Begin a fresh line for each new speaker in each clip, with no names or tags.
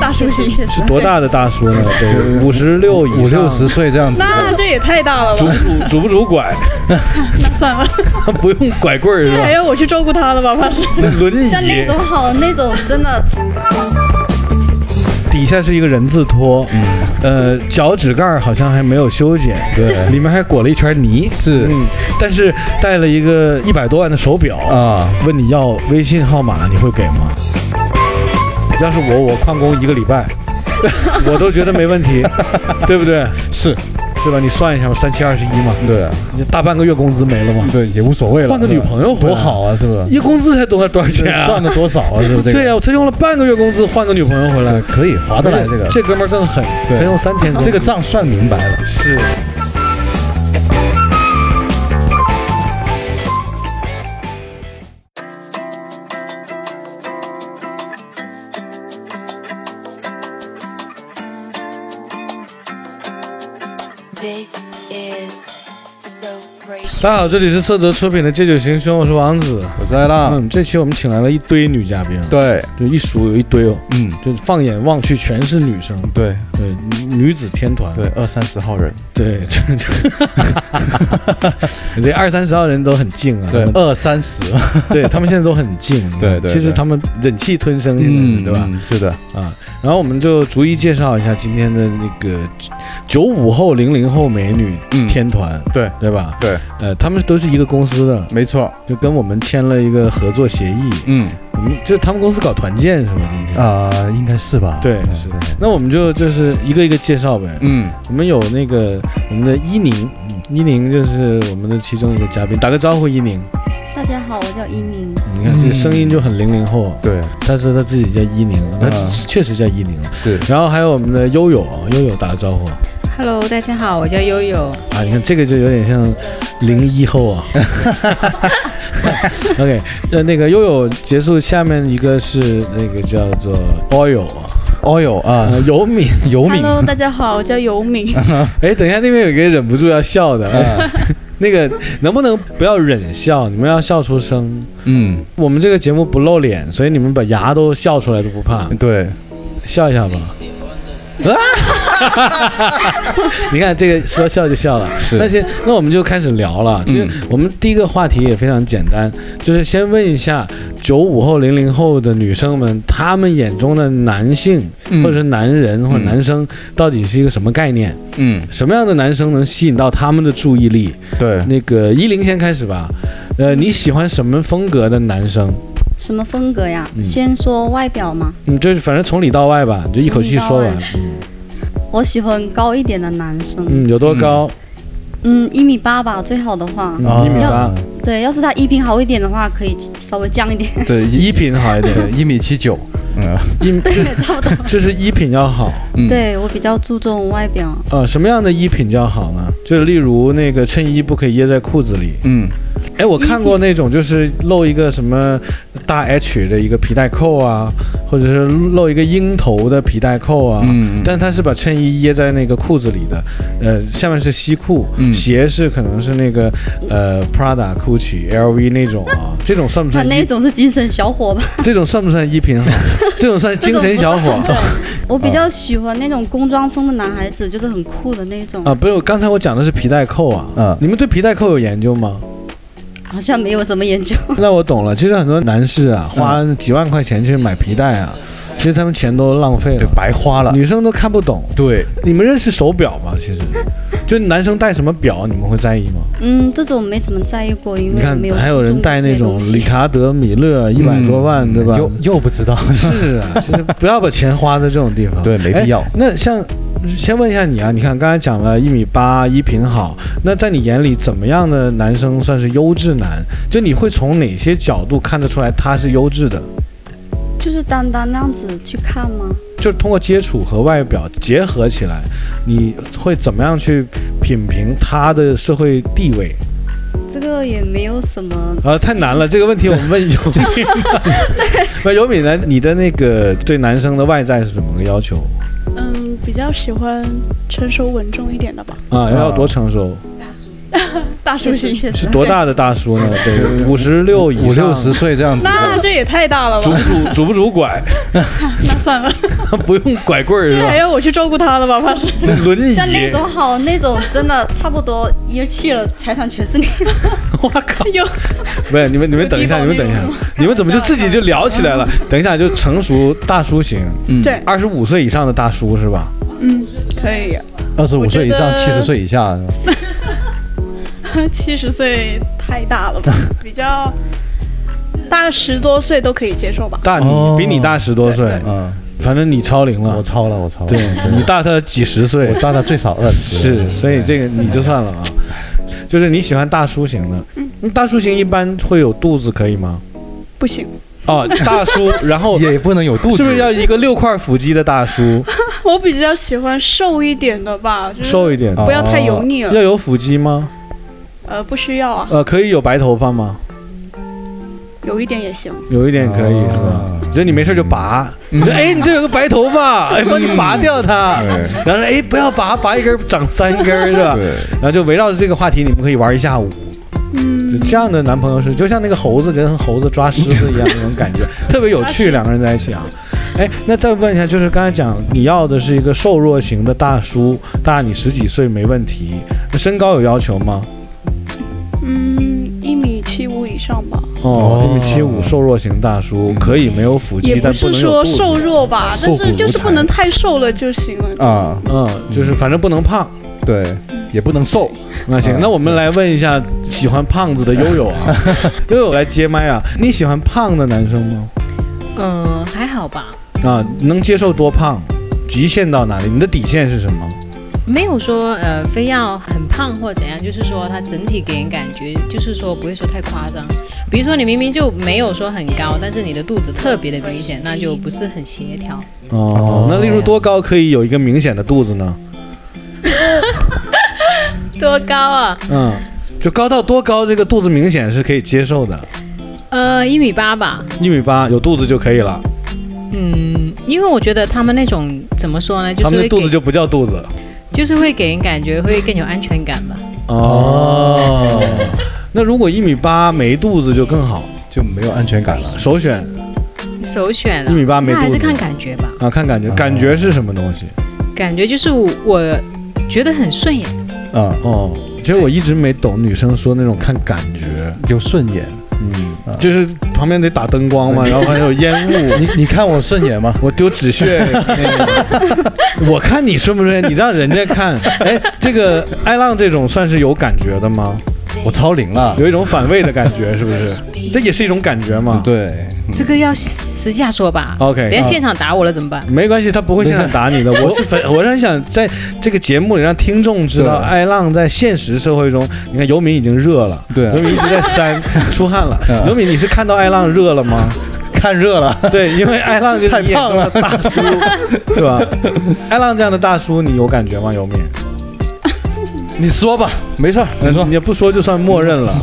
大叔型，
是多大的大 叔呢？得五十六以上，
五六十岁这样子。
呃
那这也太大了
拄
吧？
拄拄不拄拐，
那算了，
不用拐棍儿是
还
吧？
要我去照顾他了吧？怕是。
那 轮
像那
椅
种好，那种真的
底下是一个人字拖，呃，脚趾盖儿好像还没有修剪，
嗯对
里面还裹了一圈泥，
是
嗯，但是带了一个一百多万的手表，
啊，
问你要微信号码，你会给吗？要是我，我旷工一个礼 拜，我都觉得没问 题，对不对？
是，
是吧？你算一下吧，三七二十一嘛，
对
你大半个月工资没了嘛，
对，也无所谓了。
换个女朋友回来
多好啊，是不是？
一工资才多少多少钱啊？
赚了多少啊？是不是？
对呀、
呀，
我才用了半个月工资换个女朋友回来
呃，可以划得来这个，
这哥们儿更狠，
对
才用三天工资。
这个账算明白了。
是。
This is so crazy.
大家好，这里是色泽出品的《借酒行凶》，我是王子。
我是艾浪，
嗯，这期我们请来了一堆女嘉宾，啊
对，
就一数有一堆哦，
嗯，
就放眼望去全是女生，
对
对，女子天团，
对，二三十号人，
对，这 这，这二三十号人都很静啊，
对
他，们
二三十，
对他们现在都很静，
对对
其实
对
他们忍气吞声，嗯，对吧？？
是的，
啊，然后我们就逐一介绍一下今天的那个九五后、零零后美女
嗯
天团，
对
对吧？
对，
呃，他们都是一个公司的，
没错，
就跟我们签了一个合作协议，
嗯
我们就是他们公司搞团建是吧？今天，
啊，应该是吧？
对，
嗯
是的。那我们就就是一个一个介绍呗。
嗯，
我们有那个我们的伊宁，伊宁就是我们的其中一个嘉宾，打个招呼，伊宁。
大家好，我叫伊宁，
你看这
嗯
声音就很零零后，
对，
他说他自己叫伊宁，他
啊
确实叫伊宁。
是
然后还有我们的悠悠啊，悠悠打个招呼
Hello，大家好，我叫悠悠。
啊，你看这个就有点像零一后啊。OK，呃，那个悠悠结束，下面一个是那个叫做 Oil 啊，
oil 啊
呃，游民，
游民，
Hello，大家好，我叫尤 敏。
哎，等一下，那边有一个忍不住要笑的，哎 那个能不能不要忍笑？你们要笑出声。
嗯，
我们这个节目不露脸，所以你们把牙都笑出来都不怕，
对，
笑一下吧。
啊
你看这个说笑就笑了，
是
那些那我们就开始聊了。其实
嗯
我们第一个话题也非常简单，就是先问一下九五后、零零后的女生们，她们眼中的男性
嗯
或者是男人或者
嗯
男生到底是一个什么概念？
嗯，
什么样的男生能吸引到他们的注意力？
对，
那个依林先开始吧，呃，你喜欢什么风格的男生？
什么风格呀？
嗯
先说外表嘛，
嗯，就是反正从里到外吧，你就一口气说完
从里。我喜欢高一点的男生，
嗯，有多高？
嗯，一米八吧，最好的话。
嗯
啊
一米八
要，
对，要是他衣品好一点的话，可以稍微降一点，
对，一
衣品好一
对
点，
一米七九，嗯，
衣
对， 差不多。
就是衣品要好
嗯，
对我比较注重外表，
啊。什么样的衣品叫好呢？就是例如那个衬衣不可以掖在裤子里。
嗯，
哎，我看过那种就是露一个什么大 H 的一个皮带扣啊，或者是露一个鹰头的皮带扣啊。
嗯嗯
但他是把衬衣掖在那个裤子里的，呃，下面是西裤，
嗯
鞋是可能是那个呃 Prada、Gucci、LV 那种啊，这种算不
他
算衣？
那种是精神小伙吧？
这种算不算衣品好？这种算 精神小伙
那 种不是很 对，我比较喜欢那种工装风的男孩子，就是很酷的那种，
啊？不是，刚才我讲的是皮带扣啊。
嗯
你们对皮带扣有研究吗？
好像没有什么研究。
那我懂了。其实很多男士啊，花几万块钱去买皮带啊，其实他们钱都浪费
对
了，，
白花了，
女生都看不懂。
对，
你们认识手表吗？其实，就男生戴什么表，你们会在意吗？
嗯，这种没怎么在意过，因
你
为
看
没有，
还有人戴那种理查德米勒啊一百多万，对吧？
嗯又又不知道，
是啊，其实不要把钱花在这种地方。
对没必要
哎那像，先问一下你啊，你看刚才讲了一米八，衣品好，那在你眼里怎么样的男生算是优质男？就你会从哪些角度看得出来他是优质的？
就是单单那样子去看吗？
就是通过接触和外表结合起来，你会怎么样去品评他的社会地位？
这个也没有什么，
呃，太难了，这个问题我们问 尤敏吧。那尤敏呢？你的那个对男生的外在是怎么个要 求
嗯，比较喜欢成熟稳重一点的吧。
啊
啊？要多成熟？
大叔型，
确
是
实。
多大的大叔呢？得五十六以上，
五六十岁这样子，
那这也太大了
拄
吧
不？拄拄不拄拐，
那算了，
不用拐棍儿是
这还
吧？
要我去照顾他了吧？怕是
这轮椅，
像那种好，那种真的差不多一儿气了，财产全是你。
我靠！
有
不是你们，你们等一下，你
有
们
地方
等一下
有地，
你们怎么就自己就聊起来了？
嗯
等一下，就成熟大叔型，
嗯，
对，
二十五岁以上的大叔是吧？
嗯，可以。
二十五岁以上，
我觉
七
得
十岁以下，
七十岁太大了吧？
嗯
比较大个十多岁都可以接受吧？
大你
哦
比你大十多岁
对，
嗯，
反正你超龄
我
了，
超了，我超了，
对
真
你
的
大他几十岁
我，大他最少二十，
是，所以这个你就算了啊。就是你喜欢大叔型的，
嗯
那大叔型一般会有肚子可以吗？
不行，
哦，大叔，然后
也不能有肚子，
是不是嗯要一个六块腹肌的大叔，
我比较喜欢瘦一点的吧，就是
瘦一点的？
不要太油腻了。
要有腹肌吗？
呃，不需要啊，
呃，可以有白头发吗？
有一点也行。
有一点可以是吧？
哦
你说你没事就拔，你说哎，你这有个白头发，哎，帮你拔掉它。
对
然后说哎，不要拔，拔一根长三根儿是吧？
对，
然后就围绕着这个话题，你们可以玩一下午。就
嗯，
这样的男朋友是，就像那个猴子跟猴子抓狮子一 样那种感觉，特别有趣，两个人在一起啊。哎，那再问一下，就是刚才讲你要的是一个瘦弱型的大叔，大你十几岁没问题。那身高有要求吗？
嗯，一米七五以上吧，
哦嗯
哦，
一米七五瘦弱型大叔可以没有腹
也
肌，但
是
能
说
有肚子
瘦弱吧，
瘦
但
骨
是就是
无
不
才
能太瘦了就行了。
啊，
嗯，就是反正不能胖。
对，也不能瘦，
那行
啊，
那我们来问一下喜欢胖子的悠悠 啊，悠悠来接麦啊，你喜欢胖的男生吗？
嗯，还好吧，
啊，能接受多胖？极限到哪里？你的底线是什么？
没有说呃非要很胖或怎样，就是说它整体给人感觉就是说不会说太夸张。比如说你明明就没有说很高，但是你的肚子特别的明显，那就不是很协调。
哦，那例如多高可以有一个明显的肚子呢？
多高啊？
嗯，就高到多高这个肚子明显是可以接受的，
呃，一米八吧。
一米八有肚子就可以了，
嗯，因为我觉得他们那种怎么说呢，就
他
是
们的
会
肚子
给
就不叫肚子。
就是会给人感觉会更有安全感吧。
哦，那如果一米八没肚子就更好，
就没有安全感了。
首选
首选啊
一米八没
那还
肚
是
子
看感觉吧。
啊，看感觉，
哦
感觉是什么东西？
感觉就是我我觉得很顺眼，
啊，
哦，其实我一直没懂女生说那种看感觉，
有顺眼，
嗯
啊，
就是旁边得打灯光嘛，
对
然后还有烟 雾。
你你看我顺眼吗？
我丢纸屑，那个我看你顺不顺眼，你让人家看。哎，这个艾浪这种算是有感觉的吗？
我超龄了，
有一种反胃的感觉，是不是？这也是一种感觉嘛。，
对，
这个要私下说吧。
OK，
等一
啊
下现场打我了怎么办？
没关系，他不会现场打你的。我是粉，我是很想在这个节目里让听众知道，
对
艾浪在现实社会中，你看尤敏已经热了，
对啊
尤敏一直在 扇，出汗了
嗯。
尤敏，你是看到艾浪热了吗？
看热了，
对，因为艾浪就是
太
你眼中
胖
的
了
大 叔，是吧？艾浪这样的大叔，你有感觉吗？尤敏，
你说吧，没事儿，你说
你也不说就算默认了，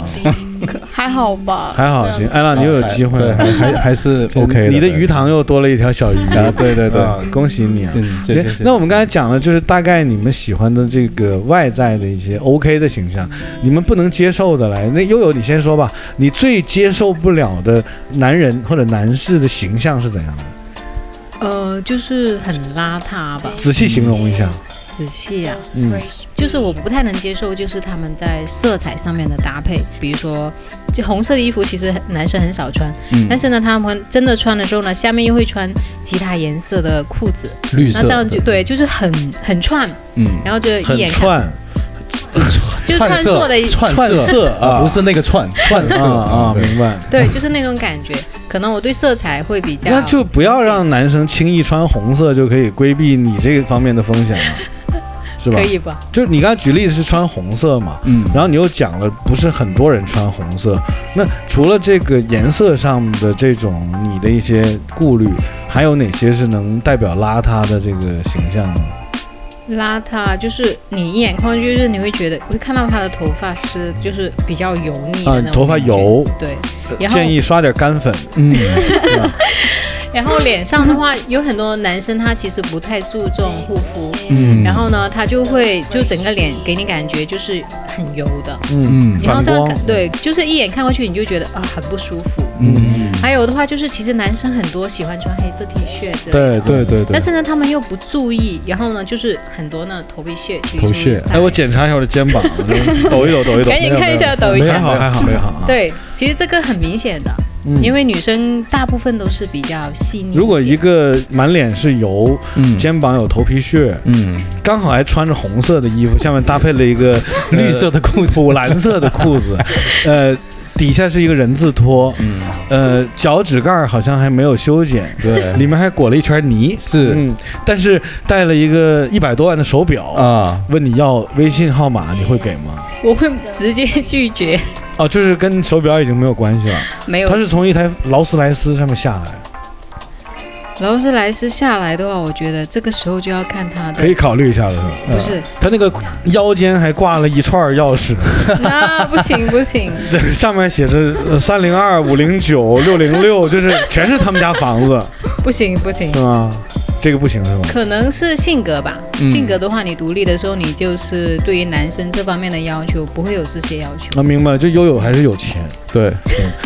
可还好吧，
还好行。艾浪，啊你又有机会
哎对，
了
还还还是
对
OK
你的
的
鱼塘又多了一条小鱼。
对啊，对对对，
啊恭喜你啊！
嗯，谢
对，
谢谢。
那我们刚才讲了，就是大概你们喜欢的这个外在的一些 OK 的形象，你们不能接受的来。那悠悠，你先说吧，你最接受不了的男人或者男士的形象是怎样的？
呃，就是很邋遢吧，
仔细形容一下。
仔细啊，
嗯，
就是我不太能接受，就是他们在色彩上面的搭配，比如说，就红色的衣服其实很男生很少穿，
嗯
但是呢，他们真的穿了之后呢，下面又会穿其他颜色的裤子，
绿
那
色
这样就
的，
对，就是很很串，
嗯，
然后就一
很
眼看
串
就是
串
串
色
错的一。
串
串色啊
啊，不是那个串串色
啊啊，
对
明白。
对，就是那种感觉，可能我对色彩会比较，
那就不要让男生轻易穿红色就可以规避你这个方面的风险了，是吧
可？以吧？
就是你刚才举例子是穿红色嘛，
嗯，
然后你又讲了，不是很多人穿红色。那除了这个颜色上的这种你的一些顾虑，还有哪些是能代表邋遢的这个形象呢？
邋遢就是你一眼看过去，就是你会觉得会看到他的头发是就是比较油腻的
啊
那种
头发
感觉
油
对，
呃
然后
建议刷点干粉。
嗯，
然后脸上的话，有很多男生他其实不太注重护肤，
嗯
然后呢，他就会就整个脸给你感觉就是很油的，
嗯
然后
反
这样
光
看对，就是一眼看过去你就觉得啊、很不舒服。
嗯，
还有的话就是，其实男生很多喜欢穿黑色 T 恤之类的。
对
对对对
但。是呢，他们又不注意，然后呢，就是很多呢头皮屑去
头屑
哎，我检查一下我的肩 膀，我就抖一抖，抖一抖。
赶紧看一下抖一下
还好，还好，还好啊。
对，其实这个很明显的，
嗯
因为女生大部分都是比较细腻点。
如果一个满脸是油，
嗯
肩膀有头皮屑，
嗯，
刚好还穿着红色的衣服，下面搭配了一 个呃
绿色的裤子，
补蓝色的裤子，呃，底下是一个人字拖，
嗯，
呃，脚趾盖儿好像还没有修剪，
对
里面还裹了一圈泥，
嗯是
嗯，但是戴了一个一百多万的手表，
啊，
问你要微信号码，你会给吗？
我会直接拒绝，
嗯
哦，就是跟手表已经没有关系了，
没有
它是从一台劳斯莱斯上面下来，
劳斯莱斯下来的话，我觉得这个时候就要看他
可
的，
以考虑一下了，是吧？
不是，
它那个腰间还挂了一串钥匙，
那不行不行，
这个上面写着呃三零二五零九六零六，就是全是他们家房子，
不行不行
是，吗？这个不行是吧？
可能是性格吧。
嗯
性格的话，你独立的时候，你就是对于男生这方面的要求不会有这些要求。
那明白了，就悠悠还是有钱。
对，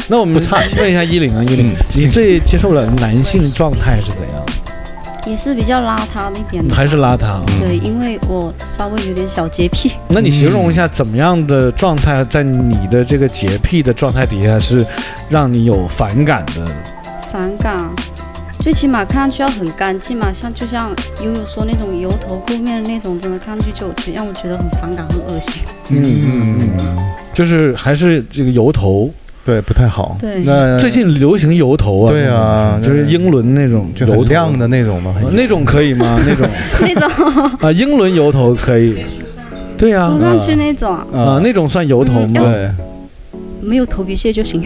那我们问一下依林啊，依林
嗯，
你最接受了男性状态是怎样？
也是比较邋遢一点的。
还是邋遢啊？
嗯
对，因为我稍微有点小洁癖，
那你形容一下怎么样的状态，在你的这个洁癖的状态底下是让你有反感的？
反感。最起码看上去要很干净嘛，像就像悠悠说那种油头垢面的那种，真的看上去就就让我觉得很反感、很恶心。
嗯嗯嗯嗯，
就是还是这个油头，
对，不太好。
对
那
最近流行油头啊，
呃对啊
就是英伦那种
就
油
很
头啊
亮的那种嘛，很
那种可以吗？那种
那种
啊，英伦油头可以，对呀、
梳
啊，
上去那种啊，
啊，那种算油头
嗯
吗？
对，
没有头皮屑就行。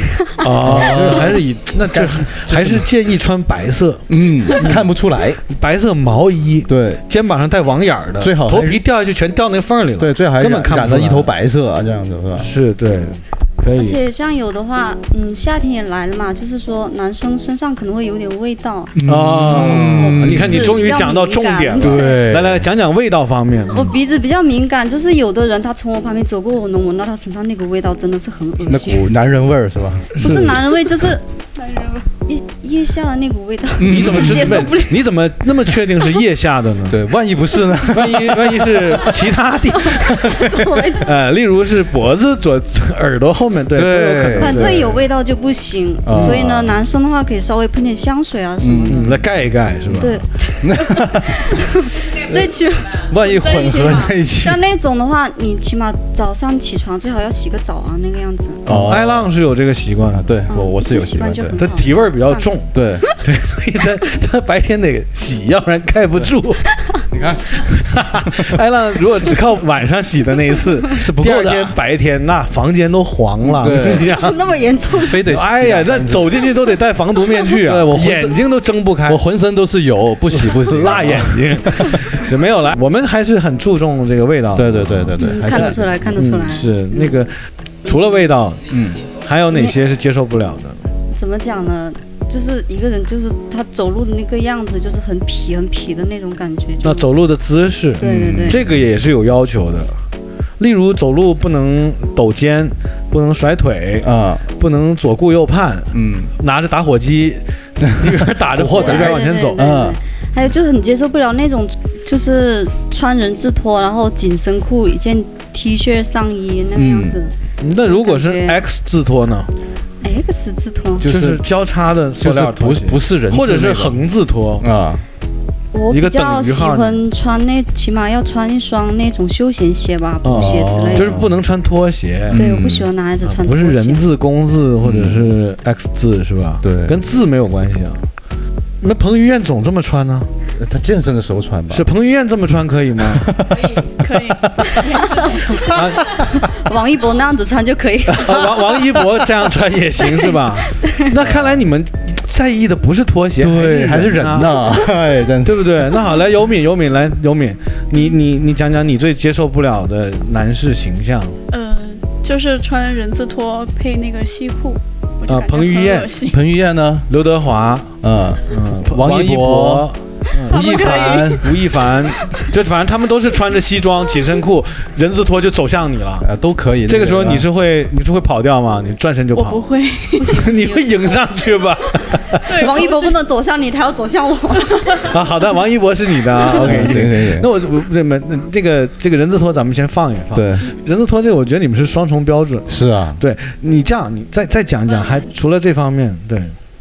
哦，
啊
就是还是以那这还是建议穿白色
嗯，看不出来，
白色毛衣，
对
肩膀上带网眼儿的，
最好还
头
是
皮掉下去全掉那缝儿里了。
对，最好还
根本看不
染
出
了
来
一头白色啊，这样子是吧？
是，对，可
而
以
且像有的话，嗯，夏天也来了嘛，就是说男生身上可能会有点味道。
哦，
嗯
你看，你终于讲到重点
比较
了。
敏感
对，
来来，讲讲味道方面。
我鼻子比较敏感，就是有的人他从我旁边走过，我能闻到他身上那股味道，真的是很恶
那
心。
股男人味儿是吧？
不是男人味，就是腋腋下的那股味道，
嗯你怎么知
嗯接受不了？
你怎么那么确定是腋下的呢？
对，万一不是 呢？
万一万一是其他地， 呃，例如是脖子、左耳朵后面，对，都
对
有可能。
反正有味道就不行。
啊
所以呢，男生的话可以稍微喷点香水啊什么的。
嗯，来盖一盖是吧？
对，最起码
万一混合
啊
在一起，
像那种的话，你起码早上起床最好要洗个澡啊，那个样子。
哦
艾浪是有这个习惯
啊
的，
对
嗯
我我是有
这习惯就
对
很
他体味儿比较重，
对，
对，所以他他白天得洗，要不然盖不住。
你看，
艾浪如果只靠晚上洗的那一 次是不
够的啊
第二天白天那房间都黄了，
对
我跟你讲
那么严重？
非得洗
哎呀，
两
那
三次
走进去都得戴防毒面具啊，
对我浑身
眼睛都睁不开
我。浑身都是油，不洗不洗，
哎辣眼。睛， 就没有了。我们还是很注重这个味道的。
对对对对对，
嗯
还
看得出
是
来，看得出来。
嗯、是那个，除了味道，
嗯，
还有哪些是接受不了的？
怎么讲呢？就是一个人，就是他走路的那个样子，就是很痞很痞的那种感觉。就
那走路的姿势，
对对对，
这个也是有要求的。例如走路不能抖肩，不能甩腿，
啊，
不能左顾右盼，
嗯，
拿着打火 机，一边打着火
对
一边往前走
对。对对对
嗯
还有就很接受不了那种，就是穿人字拖，然后紧身裤，一件 T 恤上衣那个样子。哎
那如果是
感觉
X 字拖呢？嗯
X 字拖，
就
就
是
是
交叉的塑
就是
料拖
不
鞋，
不是人字那种，
或者是横字拖，
啊，
我
一个
比较
等于
喜
号呢
欢穿那，起码要穿一双那种休闲鞋吧，布鞋之类
哦就
的。
是不能穿拖鞋。
对，我不喜欢男孩子
啊
穿
不
拖鞋。嗯
是人字、工字或者是 X 字是吧？
对
跟字没有关系啊。那彭于晏总这么穿呢？
他健身的时候穿吧，
是彭于晏这么穿可 以吗？
可以，
王一博那样子穿就 可以。
啊王王一博这样穿也行是吧？那看来你们在意的不是拖鞋，
对，
还
还是
是
人
啊
呐， 哎，真
对
的，
不对？那好，来尤敏，尤敏来，尤敏，你你你讲讲你最接受不了的男士形象。
呃嗯、就是穿人字拖配那个西裤，我就
啊
感觉
彭于
很
晏
恶心
彭于晏呢？
刘德华，
嗯，
嗯，
王
王
一
博
博、哎吴
嗯
亦凡，
吴亦凡，就反正他们都是穿着西装、紧身裤、人字拖就走向你了。
呃，都可以。
这个时候
那
你是会你是会跑掉吗？你转身就
我不
跑，
会，
你会迎上去吧？
对
王一博不能走向你，他要走向我。
啊，好的，王一博是你的啊，OK，
嗯 行行行
那我我这么那这个这个人字拖咱们先放一放。，
对，
人字拖这个我觉得你们是双重标准。
是啊，
对你这样，你再再讲
嗯
一讲，还除了这方面，对，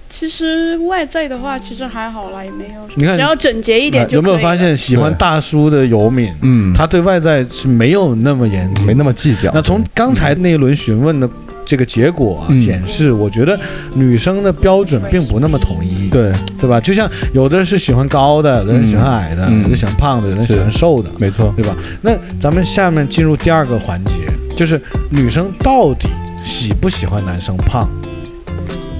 其实外在的话，其实还好啦，也没有什么。
你看啊
只要整洁一点就
有没有
可以
发
了？
现喜欢
对
大叔的游民，
嗯，
他对外在是没有那么严谨，
没那么计较。
那从刚才那一轮询问的这个结果啊、
嗯
显示，我觉得女生的标准并不那么统一，
对，
对吧？就像有的是喜欢高的，有的人喜欢矮的，
嗯
有的喜欢胖的，有的
是
喜欢瘦的，
没错。
对吧？那咱们下面进入第二个环节，就是女生到底喜不喜欢男生胖？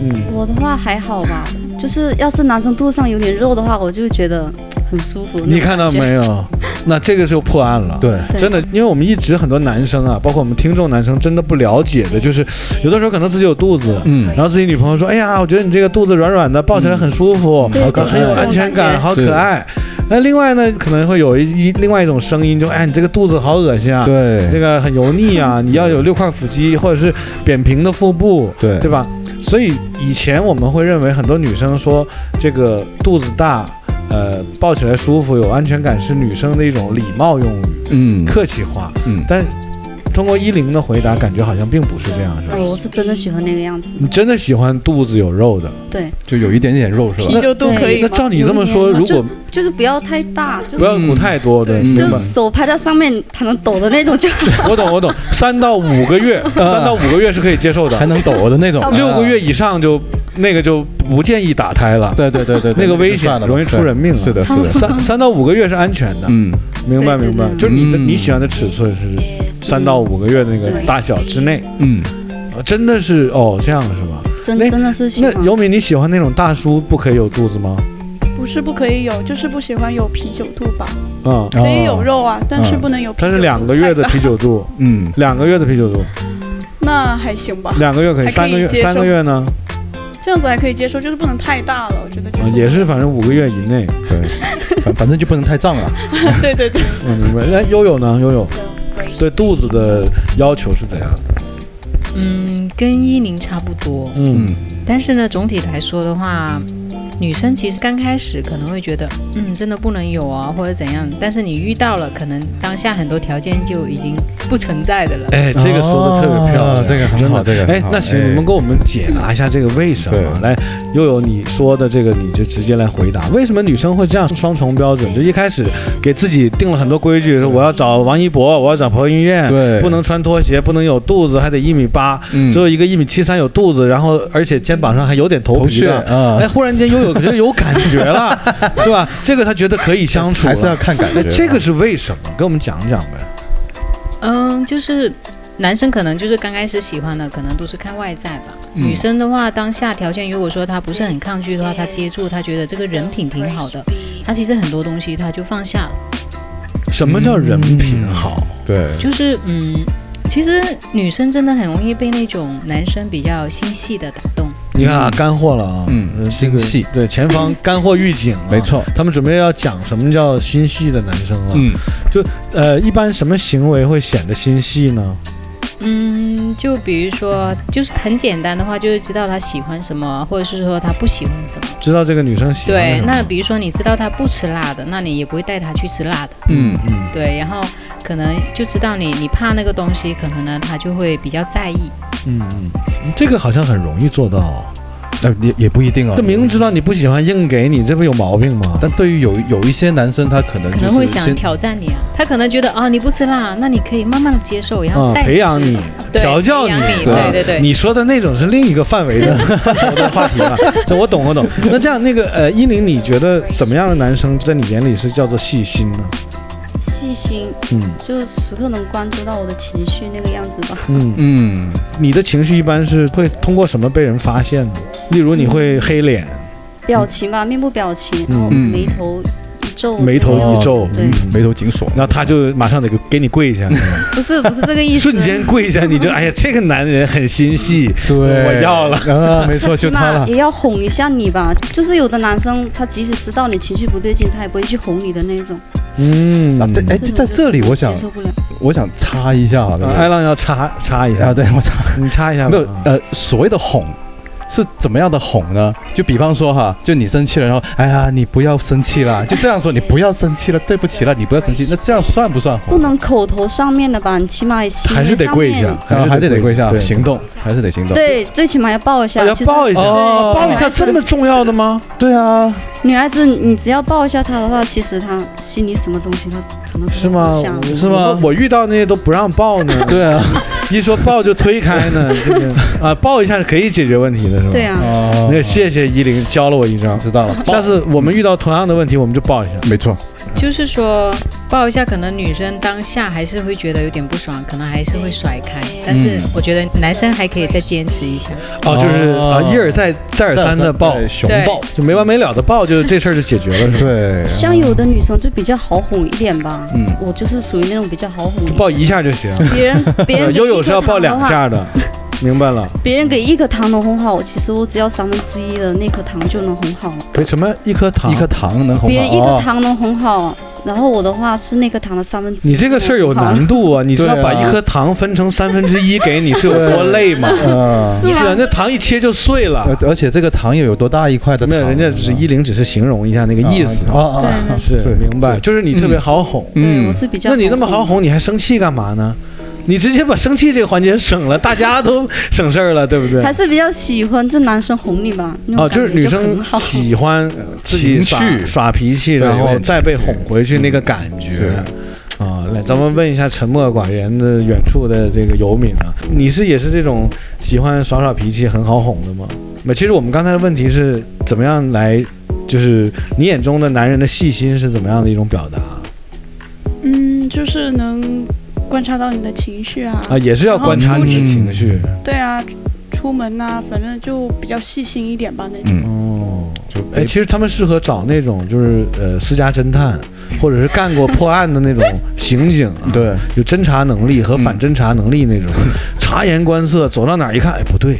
嗯，
我的话还好吧，就是要是男生肚子上有点肉的话，我就会觉得很舒服。
你看到
那种感觉
没 有？那这个就破案了。
对，
对
真的，因为我们一直很多男生啊，包括我们听众男生，真的不了解的，就是有的时候可能自己有肚子，
嗯，
然后自己女朋友说：“哎呀，我觉得你这个肚子软软的，抱起来很舒服，
对
好
对
可
很有
爱
安全
这种感
感，
觉
好可爱。”那另外呢，可能会有一一另外一种声音，就哎，你这个肚子好恶心啊，这
对，
个很油腻啊，你要有六块腹肌或者是扁平的腹部，
对
对吧？所以以前我们会认为很多女生说这个肚子大，呃，抱起来舒服有安全感是女生的一种礼貌用语，
嗯
客气话。
嗯，
但通过一零的回答，感觉好像并不是这样，是吧？
哦，我是真的喜欢那个样子。
你真的喜欢肚子有肉的？
对，
就有一点点肉是吧？
啤酒肚可以吗？
那照你这么说，
有
如
一点
果
就是不要太大，就
不要鼓太多，对，
嗯
明
就
白？
手拍在上面，它能抖的那种就。
我懂，我懂。三到五个 月，
啊
三到五个月是可以接受
还
的，
能抖的那种。
六个月
啊，
以上就那个就不建议打胎了，
对对对对，对
那个危
就
险
算了吧
容易出人命啊。
对 是的，是的，
三三到五个月是安全的，
嗯，
明白
对对
明白。
对
就是你的
嗯
你喜欢的尺寸是三到五个月那个
对
大小之内，
嗯，
啊真的是哦这样是吧？
真
那
真的是喜
那
欢。
尤敏，你喜欢那种大叔不可以有肚子吗？
不是不可以有，就是不喜欢有啤酒肚吧？
啊，
可
哦
以有肉啊，但是不能有啤酒
他
肚。
是两个月的
太大
啤酒肚，
嗯，
两个月的啤酒肚，
那还行吧，
两个月可以，
还可
三
以
个月
接受
三个月呢？
这样子还可以接受，就是不能太大了，我觉得就
啊，也是，反正五个月以内，
对，反反正就不能太胀了。
对对对，
我嗯明白。那悠悠呢？悠悠
so precious.
对肚子的要求是怎样的？
嗯，跟一零差不多。
嗯
嗯，
但是呢，总体来说的话，女生其实刚开始可能会觉得，嗯，真的不能有啊，或者怎样。但是你遇到了，可能当下很多条件就已经不存在的了。
哎，这个说的特别漂亮，
哦这个很
真
好
的
这个很
哎
好，
那行，
哎
你们给我们解答一下这个为什么？
对
来，悠悠，你说的这个，你就直接来回答，为什么女生会这样双重标准？就一开始给自己定了很多规矩，说我要找王一博，我要找彭于晏，
对
不能穿拖鞋，不能有肚子，还得一米八，
嗯
只有一个一米七三有肚子，然后而且肩膀上还有点头
头
皮
屑
的，
啊
哎，，忽然间又有就有感觉了， 是吧？这个他觉得可以相处了，
还是要看感
哎
觉。啊
这个是为什么？给我们讲讲呗。
嗯，就是男生可能就是刚开始喜欢的，可能都是看外在吧。
嗯
女生的话，当下条件如果说她不是很抗拒的话，她接触，她觉得这个人品挺好的，她其实很多东西她就放下了。
什么叫人品好？
嗯对，
就是嗯，其实女生真的很容易被那种男生比较心细的打动。
你看啊，干货了啊，
嗯
呃这个
心细
对前方干货预警啊，
没错
他们准备要讲什么叫心细的男生了。
嗯，
就呃，一般什么行为会显得心细呢？
嗯，就比如说，就是很简单的话，就是知道他喜欢什么，或者是说他不喜欢什么。
知道这个女生喜欢
对
什，么
那比如说你知道他不吃辣的，那你也不会带他去吃辣的。
嗯
嗯，
对，然后可能就知道你你怕那个东西，可能呢他就会比较在意。
嗯嗯嗯，这个好像很容易做到哦。
呃，也也不一定哦。
这明知道你不喜欢，硬给你，这不有毛病吗？
但对于有有一些男生，他可能
可
就
能
是
会想
先
挑战你啊，他可能觉得啊、你不吃辣，那你可以慢慢的接受，然后
啊，
带、
培养 你，，
对
调教
培
你
养，你
吧
对对对
你说的那种是另一个范围的 我的话题了，这我懂我懂。那这样那个呃，依林，你觉得怎么样的男生在你眼里是叫做细心呢？
细心，
嗯
就时刻能关注到我的情绪那个样子吧。
嗯，
嗯，
你的情绪一般是会通过什么被人发现
嗯
呢？例如你会黑脸，
表情吧，面部表情，哦
嗯
然后眉头一皱，
眉头
没有
一皱嗯
对，
眉头紧锁。
然后他就马上得给给你跪 下，
不是不是这个意思，
瞬间跪下，你就哎呀，这个男人很心细，
对
我要了。
啊，没错，
起
就他
码
了。
也要哄一下你吧。就是有的男生，他即使知道你情绪不对劲，他也不会去哄你的那种。
嗯，
啊，这哎，这在这里，我想
接受不了。
我想插一下啊，
啊艾浪要插插一
啊，
下，
对我插，
你插一下吧。
没有呃，所谓的哄。是怎么样的哄呢？就比方说哈，就你生气了，然后哎呀，你不要生气了，就这样说，你不要生气了，对不起了，你不要生气，那这样算不算
不
哄？
能口头上面的吧，你起码行
还
为
是得
上
跪
面
一下，
然后啊还是得跪下，
对
行动还是得行动。
对，最起码要抱一下。
啊要
其实
抱一下，
哦
抱一下，这么重要的吗？
对啊，
女孩子，你只要抱一下她的话，其实她心里什么东西她可能
是吗？
想
我
是吗
我遇到那些都不让抱呢，
对啊，
一说抱就推开呢，这 个啊，抱一下是可以解决问题的，是吧？
对。啊，
哦
那谢谢依林教了我一招，
知道了，
下次我们遇到同样的问题，我们就抱一下。
没错，
就是说抱一下，可能女生当下还是会觉得有点不爽，可能还是会甩开。但
嗯
是我觉得男生还可以再坚持一下。
哦，就是
哦
啊，一而再，再而三的抱，
对熊
对
抱，
就没完没了的抱，就这事儿就解决 了，是吧？
对，
像有的女生就比较好哄一点吧。
嗯
我就是属于那种比较好哄一点。
抱一下就行。
别人别人
呃
给
悠悠
一
是
颗
要抱
糖的
两
话，
下的，明白了。
别人给一颗糖能哄好我，其实我只要三分之一的那颗糖就能哄好了。
什么一颗糖？
一颗糖能哦哄
别人一颗
哦
好。
糖能哄好，然后我的话是那颗糖的三分之一。
你这个事儿有难。度啊！你知道
对啊
把一颗糖分成三分之一给你是有多累 吗？
嗯，
是啊，那糖一切就碎了。
而而且这个糖又有多大一块的糖？
没有，人家只是一零，只是形容一下那个意思。
啊啊啊，啊
是明白，就是你特别好哄。
对，我是比较。
那你那么好？哄，你还生气干嘛呢？你直接把生气这个环节省了，大家都 省事儿了，对不对
还？是比较喜欢就男生哄你吧。那种
啊，就是
感觉
女
很
生
好
喜欢自己
情
耍
绪
耍脾气，
对
然
有
后
点
再被哄回去那个感
是
觉。啊，来，咱们问一下沉默寡言的远处的这个游民啊，你是也是这种喜欢耍耍脾气、很好哄的吗？那其实我们刚才的问题是怎么样来，就是你眼中的男人的细心是怎么样的一种表达啊
嗯，就是能观察到你的情绪啊。
啊？也是要
然后
观察
哦
出
你的
去
情绪。
对啊，出出门呐、反正就比较细心一点吧那种。
嗯，
哦，
就
哎，其实他们适合找那种就是呃私家侦探，或者是干过破案的那种刑警啊，，
对，嗯
有侦查能力和反侦查能力那种，察言观色，走到哪儿一看，哎，不对，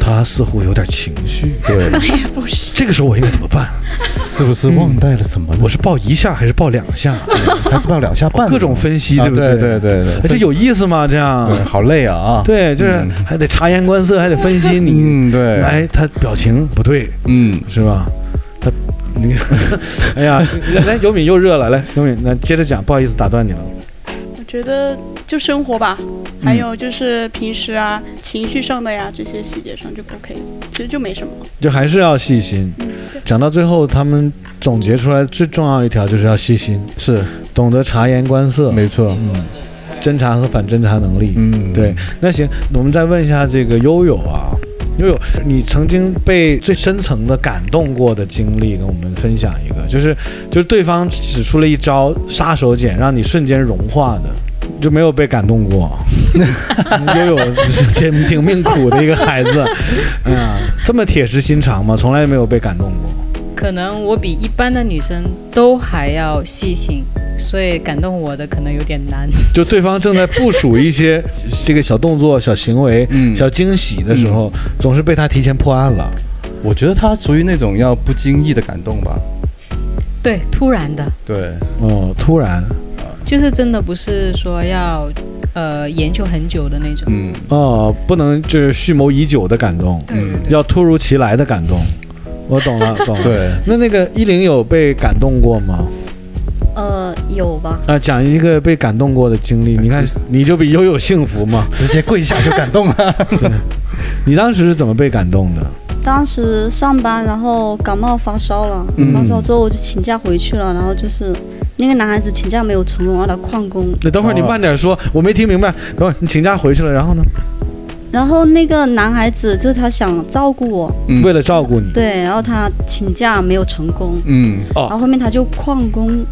他似乎有点情绪，
对，
那也
嗯
不是，
这个时候我应该怎么办？
是不是忘带了什么呢？
我是抱一下还是抱两下？
还是抱两下 半，
各种分析，
啊
对不
对
对
对对对
哎，这有意思吗？这样，
对，好累啊啊！，
对，就是
嗯
还得察言观色，还得分析你，
嗯对，
哎，他表情不对，
嗯，
是吧？他，你， 哎呀，来，尤敏又热了，来，尤敏，那接着讲，不好意思打断你了。
我觉得就生活吧，还有就是平时啊，情绪上的呀，这些细节上就 OK，其实就没什么。
就还是要细心。
嗯，对，
讲到最后，他们总结出来最重要一条就是要细心，
是
懂得察言观色，
没错，
嗯侦查和反侦查能力。
嗯，
对，那行，我们再问一下这个悠悠啊，悠悠，你曾经被最深层的感动过的经历，跟我们分享一个，就是就是对方使出了一招杀手锏，让你瞬间融化的。就没有被感动 过，悠悠挺挺命苦的一个孩子，哎呀，这么铁石心肠吗？从来没有被感动过。
可能我比一般的女生都还要细心，所以感动我的可能有点难。
就对方正在部署一些这个小动作、小行为、
嗯
小惊喜的时候，总是被他提前破案了。
我觉得他属于那种要不经意的感动吧，
对，突然的，
对，
哦，突然，
就是真的不是说要呃研究很久的那种。
嗯
哦，不能就是蓄谋已久的感动，
对对对，
要突如其来的感动。我懂了，懂了。，
嗯对，
那那个依林有被感动过吗？
呃，有吧？
啊，讲一个被感动过的经
哎
历。你看，你就比悠悠幸福嘛。
直接跪下就感动了，
你当时是怎么被感动的？
当时上班，然后感冒发烧了，
嗯
发烧之后我就请假回去了，然后就是那个男孩子请假没有成功，让他旷工，
那等会儿你
哦
慢点说，我没听明白。等会儿你请假回去了，然后呢？
然后那个男孩子就是他想照顾我，
嗯
为了照顾你，
对，然后他请假没有成功，
嗯
哦
然后后面他就旷工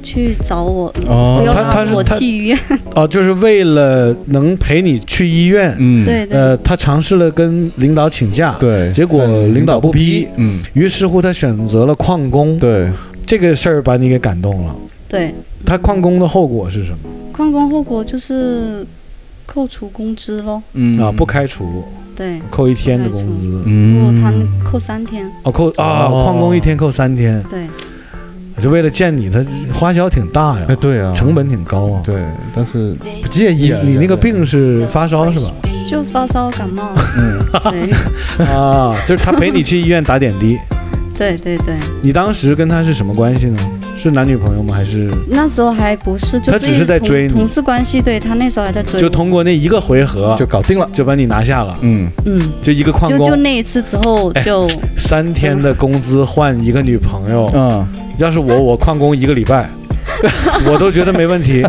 去找我，
哦
我要
他
拉
他是
我
他
去医院，
哦，就是为了能陪你去医院，
嗯，
对对，
呃，他尝试了跟领导请假，，
对，
结果
但
领导不批
嗯，
于是乎他选择了旷工，
对，
这个事儿把你给感动了。
对，
他旷工的后果是什么
旷工后果就是扣除工资咯，
嗯
啊？不，开除，
对，
扣一天的工资，
如果
嗯，
他扣三天，
哦扣啊，
哦
旷工一天扣三天，
对，
就为了见你，他花销挺大呀
哎，，对啊，
成本挺高啊。
对，但是
不
不介意啊，
你那个病是发烧是吧？
就发烧感冒，
嗯，
对，
啊，就是他陪你去医院打点滴。
对对对，
你当时跟他是什么关系呢？是男女朋友吗？还是
那时候还不是，就
他只是在
同
追你
同事关系，对他那时候还在追我，
就通过那一个回合
就搞定了，
就把你拿下了？
嗯，
嗯，
就一个旷
就就
工，
那一次之后
哎
就，
三天的工资换一个女朋友。
啊，
要是 我，我旷工一个礼拜， 我都觉得没问 题，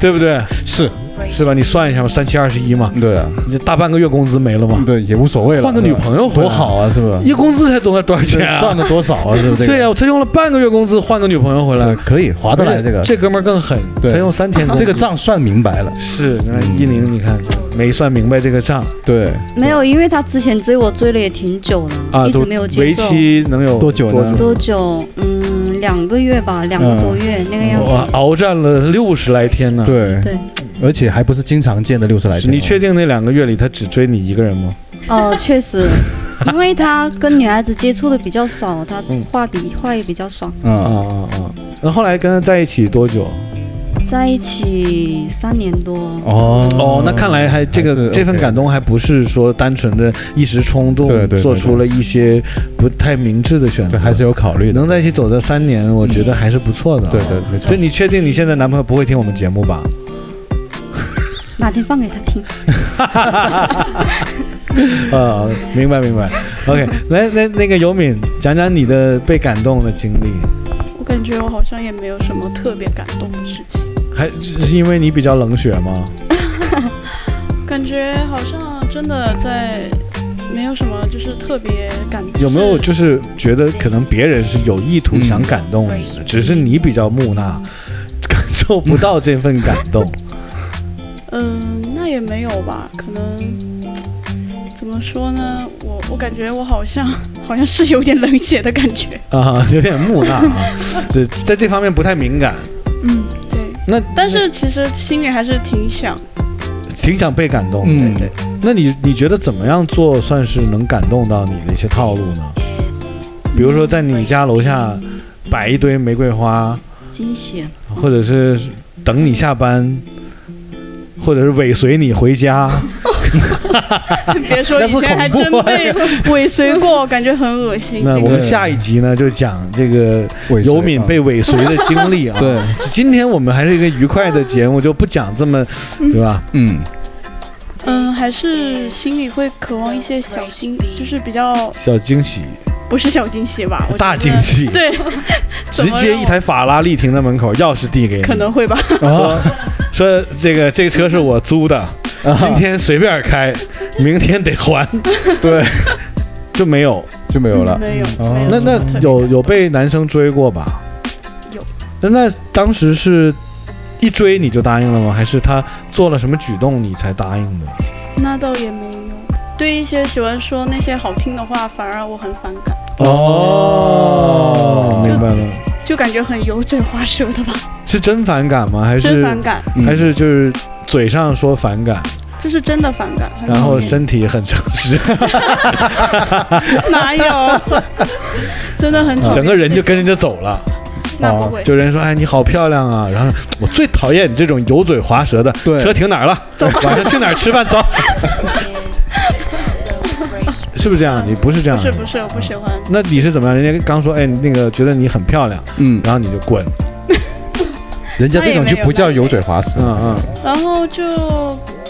对不对？
是，
是吧？你算一下吧，三七二十一嘛，
对啊，
你这大半个月工资没了嘛，
对，也无所谓了，
换个女朋友回来
多好啊，是吧？
一工资才多少多少钱 啊？
赚了多少 啊？是不是？
对呀、我才用了半个月工资换个女朋友回
对
来，哎
可以划得来这个，
这哥们儿更狠，
对
才用三天工资。
这个账算明白了，
是，那
嗯
一宁，你看没算明白这个账
对，
没有，因为他之前追我追了也挺久了，
啊，
一
都
直没有接
为
受。
期能有
多久呢
多久？嗯，两个月吧，两个多月、那个样
我
子。
鏖战了六十来天呢。
对
对，
而且还不是经常见的六十来
啊是，
天哦，
你确定那两个月里他只追你一个人吗？
哦、确实，因为他跟女孩子接触的比较少，他
嗯
话比话也比较少，
啊
嗯，
啊啊！那后来跟他在一起多久？
在一起三年多。
哦
哦，那看来还这
还
个
是
这份
OK
感动还不是说单纯的一时冲动
对对对
做出了一些不太明智的选择，
对，还是有考虑的，
能在一起走到三年，我觉得还是不错的。
对对，没错
所以，你确定你现在男朋友不会听我们节目 吧？
哪天放给他听？
呃，明白明白。OK，来，那那个尤敏，讲讲你的被感动的经历，
我感觉我好像也没有什么特别感动的事情，
还是因为你比较冷血吗？
感觉好像真的在没有什么就是特别感
有没有就是觉得可能别人是有意
嗯
图想感动你的，只是你比较木讷，感受不到这份感动？
嗯，那也没有吧，可能怎么说呢？我我感觉我好像好像是有点冷血的感觉。
啊，有点木讷啊，这在这方面不太敏感。
嗯，对。
那
但是其实心里还是挺 想，
挺想被感动的。
对
嗯
对。
那你你觉得怎么样做算是能感动到你的一些套路呢？比如说在你家楼下摆一堆玫瑰花，
惊喜了，
或者是等你下班，或者是尾随你回家，
别说
那
以
不
前还
恐
真
怖啊
被尾随过，感觉很恶心。
那
这
我
个
们下一集呢就讲这个
尾随
游敏被
啊
尾随的经历啊。，
对，
今天我们还是一个愉快的节目，就不讲这么，对吧？
嗯，
嗯，还是心里会渴望一些小惊，就是比较
小惊喜，
不是小惊喜吧，我觉得
大惊。喜，
对，怎
直
么
接
让
一台法拉利停在门口，钥匙递给你，
可能会吧。
说说这个这个车是我租的，
啊
今天随便开，明天得还，
对
就没有。
就没有 了，
没有。
哦
没有
那
什么特
那
别
有
感动
有被男生追过吧？
有。
那那当时是一追你就答应了吗？还是他做了什么举动你才答应的？
那倒也没有。对一些喜欢说那些好听的话，反而我很反感，
哦
明白了，
就感觉很油嘴滑舌的吧，
是真反感吗？还
真
是
反感，
嗯
还是就是嘴上说反感，
就是真的反感。很
然后
讨厌
身体很诚实，
哪有？ 真的很讨厌
整个人就跟人家走了。
那不会，
就人说哎你好漂亮啊，然后我最讨厌你这种油嘴滑舌的。
对
车停哪儿了？走，晚上去哪儿吃 饭？走，是不是这样？你不是这样
不
的，
是不是，我不喜欢。
那你是怎么样？人家刚说哎那个觉得你很漂亮，
嗯，
然后你就滚，
人家这种就不叫油嘴滑舌，
嗯
然后就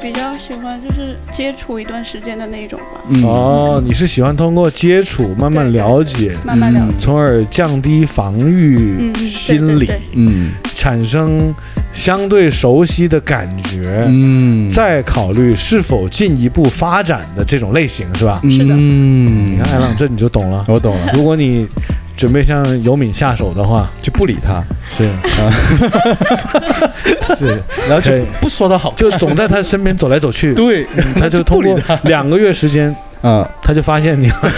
比较喜欢就是接触一段时间的那种吧，
嗯，
嗯，
哦，你是喜欢通过接触慢慢了解。
慢慢聊。
从而降低防御
嗯，对
嗯心
对
理，
对
嗯
产生相对熟悉的感觉，
嗯，
再考虑是否进一步发展的这种类型，是吧？
是的
嗯，
你看艾浪，这你就懂了。
我懂了，
如果你准备向尤敏下手的话，
就不理他，
是
是，然后就
对
不说他好，
就总在他身边走来走 去，
对，
他就通
嗯不理
过两个月时间，
啊，
他就发现你了，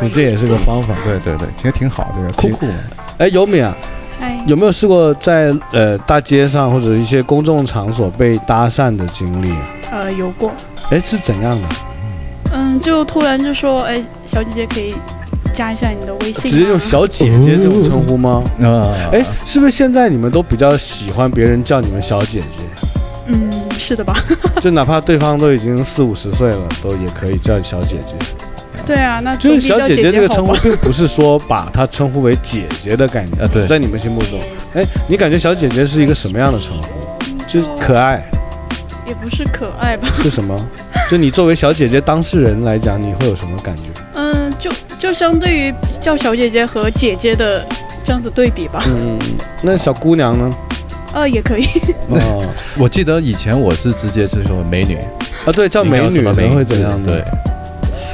那这也是个方法。
对对对，其实挺好，这个
酷酷哎，尤敏啊，
哎，
有没有试过在呃大街上或者一些公众场所被搭讪的经历？啊
呃，有过，
哎，是怎样的？
嗯，就突然就说，哎，小姐姐可以加一下你的微信吗，
直接用小姐姐这种称呼吗？
啊，
哎，是不是现在你们都比较喜欢别人叫你们小姐 姐？
嗯，是的 吧？
就哪怕对方都已经四五十岁了，都也可以叫你小姐姐。
对啊，那
就是
总比
小
叫
姐
姐
姐这个称
好
呼
吧，
并不是说把她称呼为姐姐的概念
啊对
在你们心目中，哎，你感觉小姐姐是一个什么样的称呼？就是可爱
也不是可爱吧？
是什么？就你作为小姐姐当事人来讲，你会有什么感觉？
嗯，就就相对于叫小姐姐和姐姐的这样子对比吧，
嗯，那小姑娘 呢？
呃，也可以，
哦，
我记得以前我是直接就是说美女，
啊，对，叫美
你
女
什么美
人
女
会怎样
对
的？，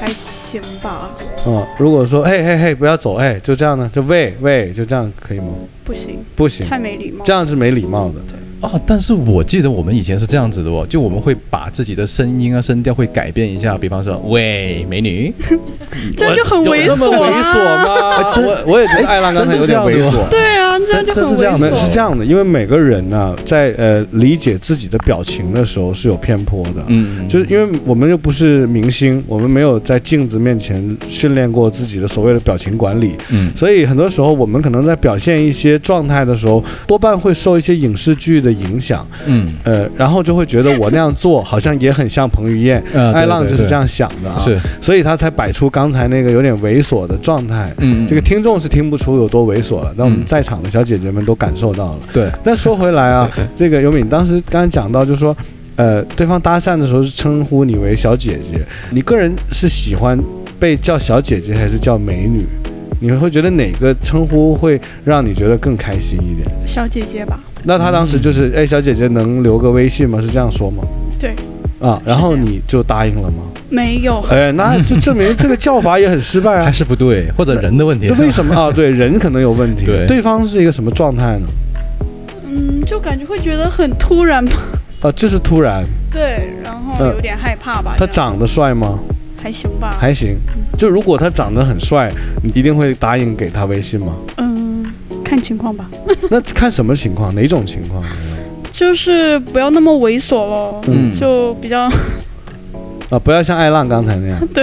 还行吧，
对，嗯，如果说嘿嘿嘿，不要走，哎，就这样呢，就喂喂，就这样可以吗？
不行，
不行，
太没礼貌。
这样是没礼貌的。
哦，但是我记得我们以前是这样子的哦，就我们会把自己的声音啊、声调会改变一下，比方说喂美女，
这样就很猥
有那么
琐啊
猥琐啊
啦、
吗？我我也觉得艾拉刚才有点猥琐。
对啊，这样就很
这是这
猥
样
没有是
琐。啊
这样的，因为每个人呢、在呃理解自己的表情的时候是有偏颇的。
嗯
就是因为我们又不是明星，我们没有在镜子面前训练过自己的所谓的表情管理，
嗯
所以很多时候我们可能在表现一些状态的时候，多半会受一些影视剧的影响，
嗯，
呃，然后就会觉得我那样做好像也很像彭于 晏，
呃
艾浪就是这样想的啊，
是，
所以他才摆出刚才那个有点猥琐的状态。
嗯
这个听众是听不出有多猥琐了，但我们
嗯
在场的小姐姐们都感受到了。
对，
但说回来 啊，这个尤敏当时刚才讲到，就是说，呃，对方搭讪的时候是称呼你为小姐姐，你个人是喜欢被叫小姐姐还是叫美女？你会觉得哪个称呼会让你觉得更开心一点？
小姐姐吧，
那他当时就是，哎，小姐姐能留个微信吗？是这样说吗？
对，
啊，然后你就答应了吗？
没有，
哎，那就证明这个叫法也很失败
还
啊。
是不对，或者人的问题
对，，为什么啊？对，人可能有问题。
对
对方是一个什么状态呢？
嗯，就感觉会觉得很突然吧。
啊，这是突然。
对，然后
嗯
有点害怕吧。
他
这样
长得帅吗？
还行吧，
还行。就如果他长得很帅，你一定会答应给他微信吗？
嗯，看情况吧，
那看什么情况，哪种情况？
就是不要那么猥琐咯，
嗯
就比较
啊，不要像艾浪刚才那样。
对，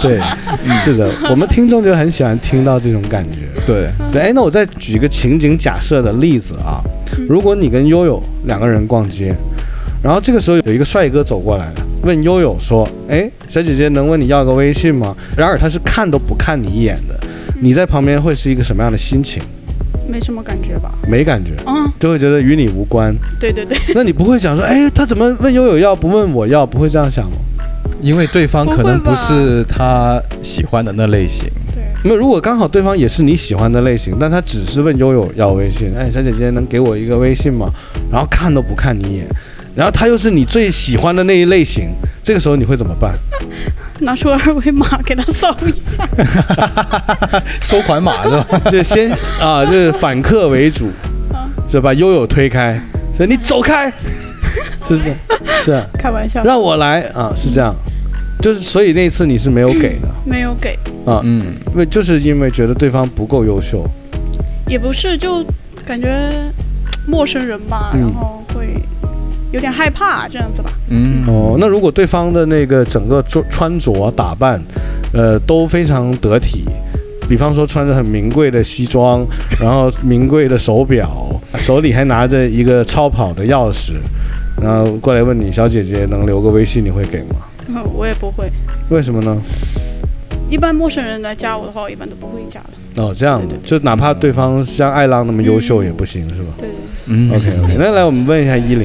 对， 是的，我们听众就很喜欢听到这种感觉。
对，
对，哎，那我再举一个情景假设的例子啊，如果你跟悠悠两个人逛街，然后这个时候有一个帅哥走过来了，问悠悠说：“哎，小姐姐能问你要个微信吗？”然而他是看都不看你一眼的，你在旁边会是一个什么样的心情？
没什么感觉吧。
没感觉，
嗯，
就会觉得与你无关。
对对对，
那你不会想说，哎，他怎么问悠悠要，不问我要，不会这样想吗？
因为对方可能不是他喜欢的那类 型，
那如果刚好对方也是你喜欢的类型，但他只是问悠悠要微信，哎，小姐姐能给我一个微信吗？然后看都不看你一眼，然后他又是你最喜欢的那一类型，这个时候你会怎么办？
拿出二维码给他扫一下。
收款码是吧？
就先啊，就是反客为主，就把悠悠推开，说你走开， 是这样，是这样，
开玩笑，
让我来啊，是这样，就是所以那次你是没有给的
没有给，
啊，
嗯，
因为就是因为觉得对方不够优秀，
也不是，就感觉陌生人吧，
嗯
然后会有点害怕这样子吧。
嗯
哦，那如果对方的那个整个着穿着打扮，呃，都非常得体，比方说穿着很名贵的西装， 然后名贵的手表，手里还拿着一个超跑的钥匙，然后过来问你小姐姐能留个微信，你会给吗？
嗯，我也不会，
为什么呢？
一般陌生人来加我的话，我一般都不会加的。
哦，这样的，就哪怕对方像艾浪那么优秀也不行，是吧
对对，
嗯
？OK OK，那来我们问一下依林，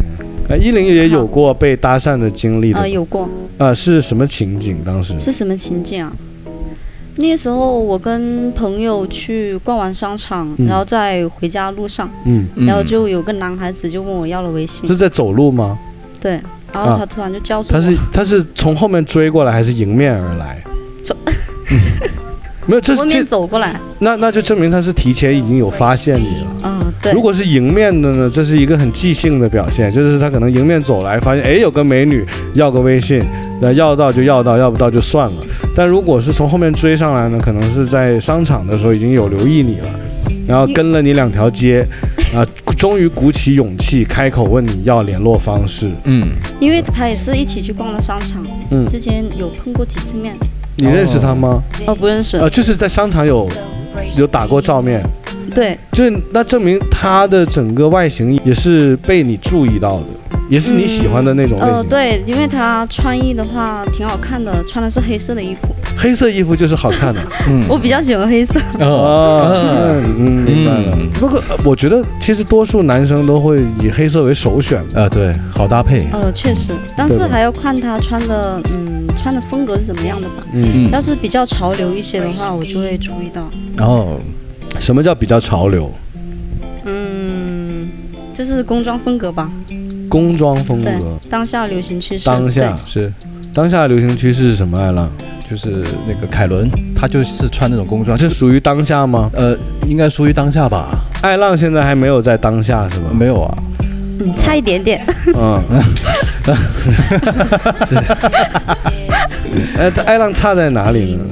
呃，依林也有过被搭讪的经历的
啊，
吗，
有过
啊，是什么情景？当时
是什么情境啊？那时候我跟朋友去逛完商场，
嗯
然后在回家路上，
嗯，
然后就有个男孩子就问我要了微信
是，在走路吗？
对，然
啊
后他突然就叫住
他
我，
是他是从后面追过来还是迎面而来？嗯没有，这
后
这
面走过来，
那那就证明他是提前已经有发现你了。
嗯，对。
如果是迎面的呢，这是一个很即兴的表现，就是他可能迎面走来，发现哎有个美女，要个微信，那要到就要到，要不到就算了。但如果是从后面追上来呢，可能是在商场的时候已经有留意你了，
嗯
然后跟了你两条街，啊，终于鼓起勇气开口问你要联络方式。
嗯，
因为他也是一起去逛了商场，
嗯
之前有碰过几次面，
你认识他吗？
哦，不认识，
呃，就是在商场有有打过照面，
对，
就是那证明他的整个外形也是被你注意到的，也是你喜欢的那种类型。
呃，对，因为他穿衣的话挺好看的，穿的是黑色的衣服，
黑色衣服就是好看的。
嗯
我比较喜欢黑色，
哦，
哦，嗯，明白了
嗯。
不过呃我觉得其实多数男生都会以黑色为首选吧。
呃，对，好搭配，
呃，确实，但
对
是
吧
还要看他穿的，嗯，穿的风格是怎么样的吧。
嗯，
要是比较潮流一些的话，我就会注意到，
然后
什么叫比较潮流？
嗯，就是工装风格吧，
工装风
对
格，，
当下流行趋
嗯
势，
当下
是
当下流行趋势是什么？艾浪，啊
就是那个凯伦，他就是穿那种工装，
这
就是
属于当下吗？
呃，应该属于当下吧？
艾浪现在还没有在当下是吧？
没有啊，
对嗯，差一点点，
嗯，哎，他艾浪差在哪里呢？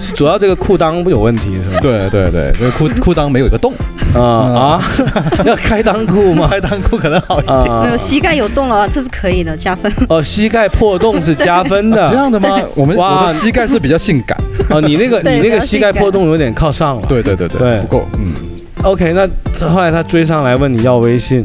是主要这个裤裆不有问题是吧？
对对对，因为裤裤裆没有一个 洞，
啊啊，要开裆裤 吗？
开裆裤可能好一点。
啊
没有， 膝盖有洞了，这是可以的，加 分。
哦，膝盖破洞是加分的。
啊 这样的 吗？我们
哇
我的膝盖是比较性 感，
哦，你那个
对
你那
比
个
较
膝
性
盖
感
破洞有点靠上了。
对对对对，
对
不够，嗯，
，OK，那他后来他追上来问你要微信，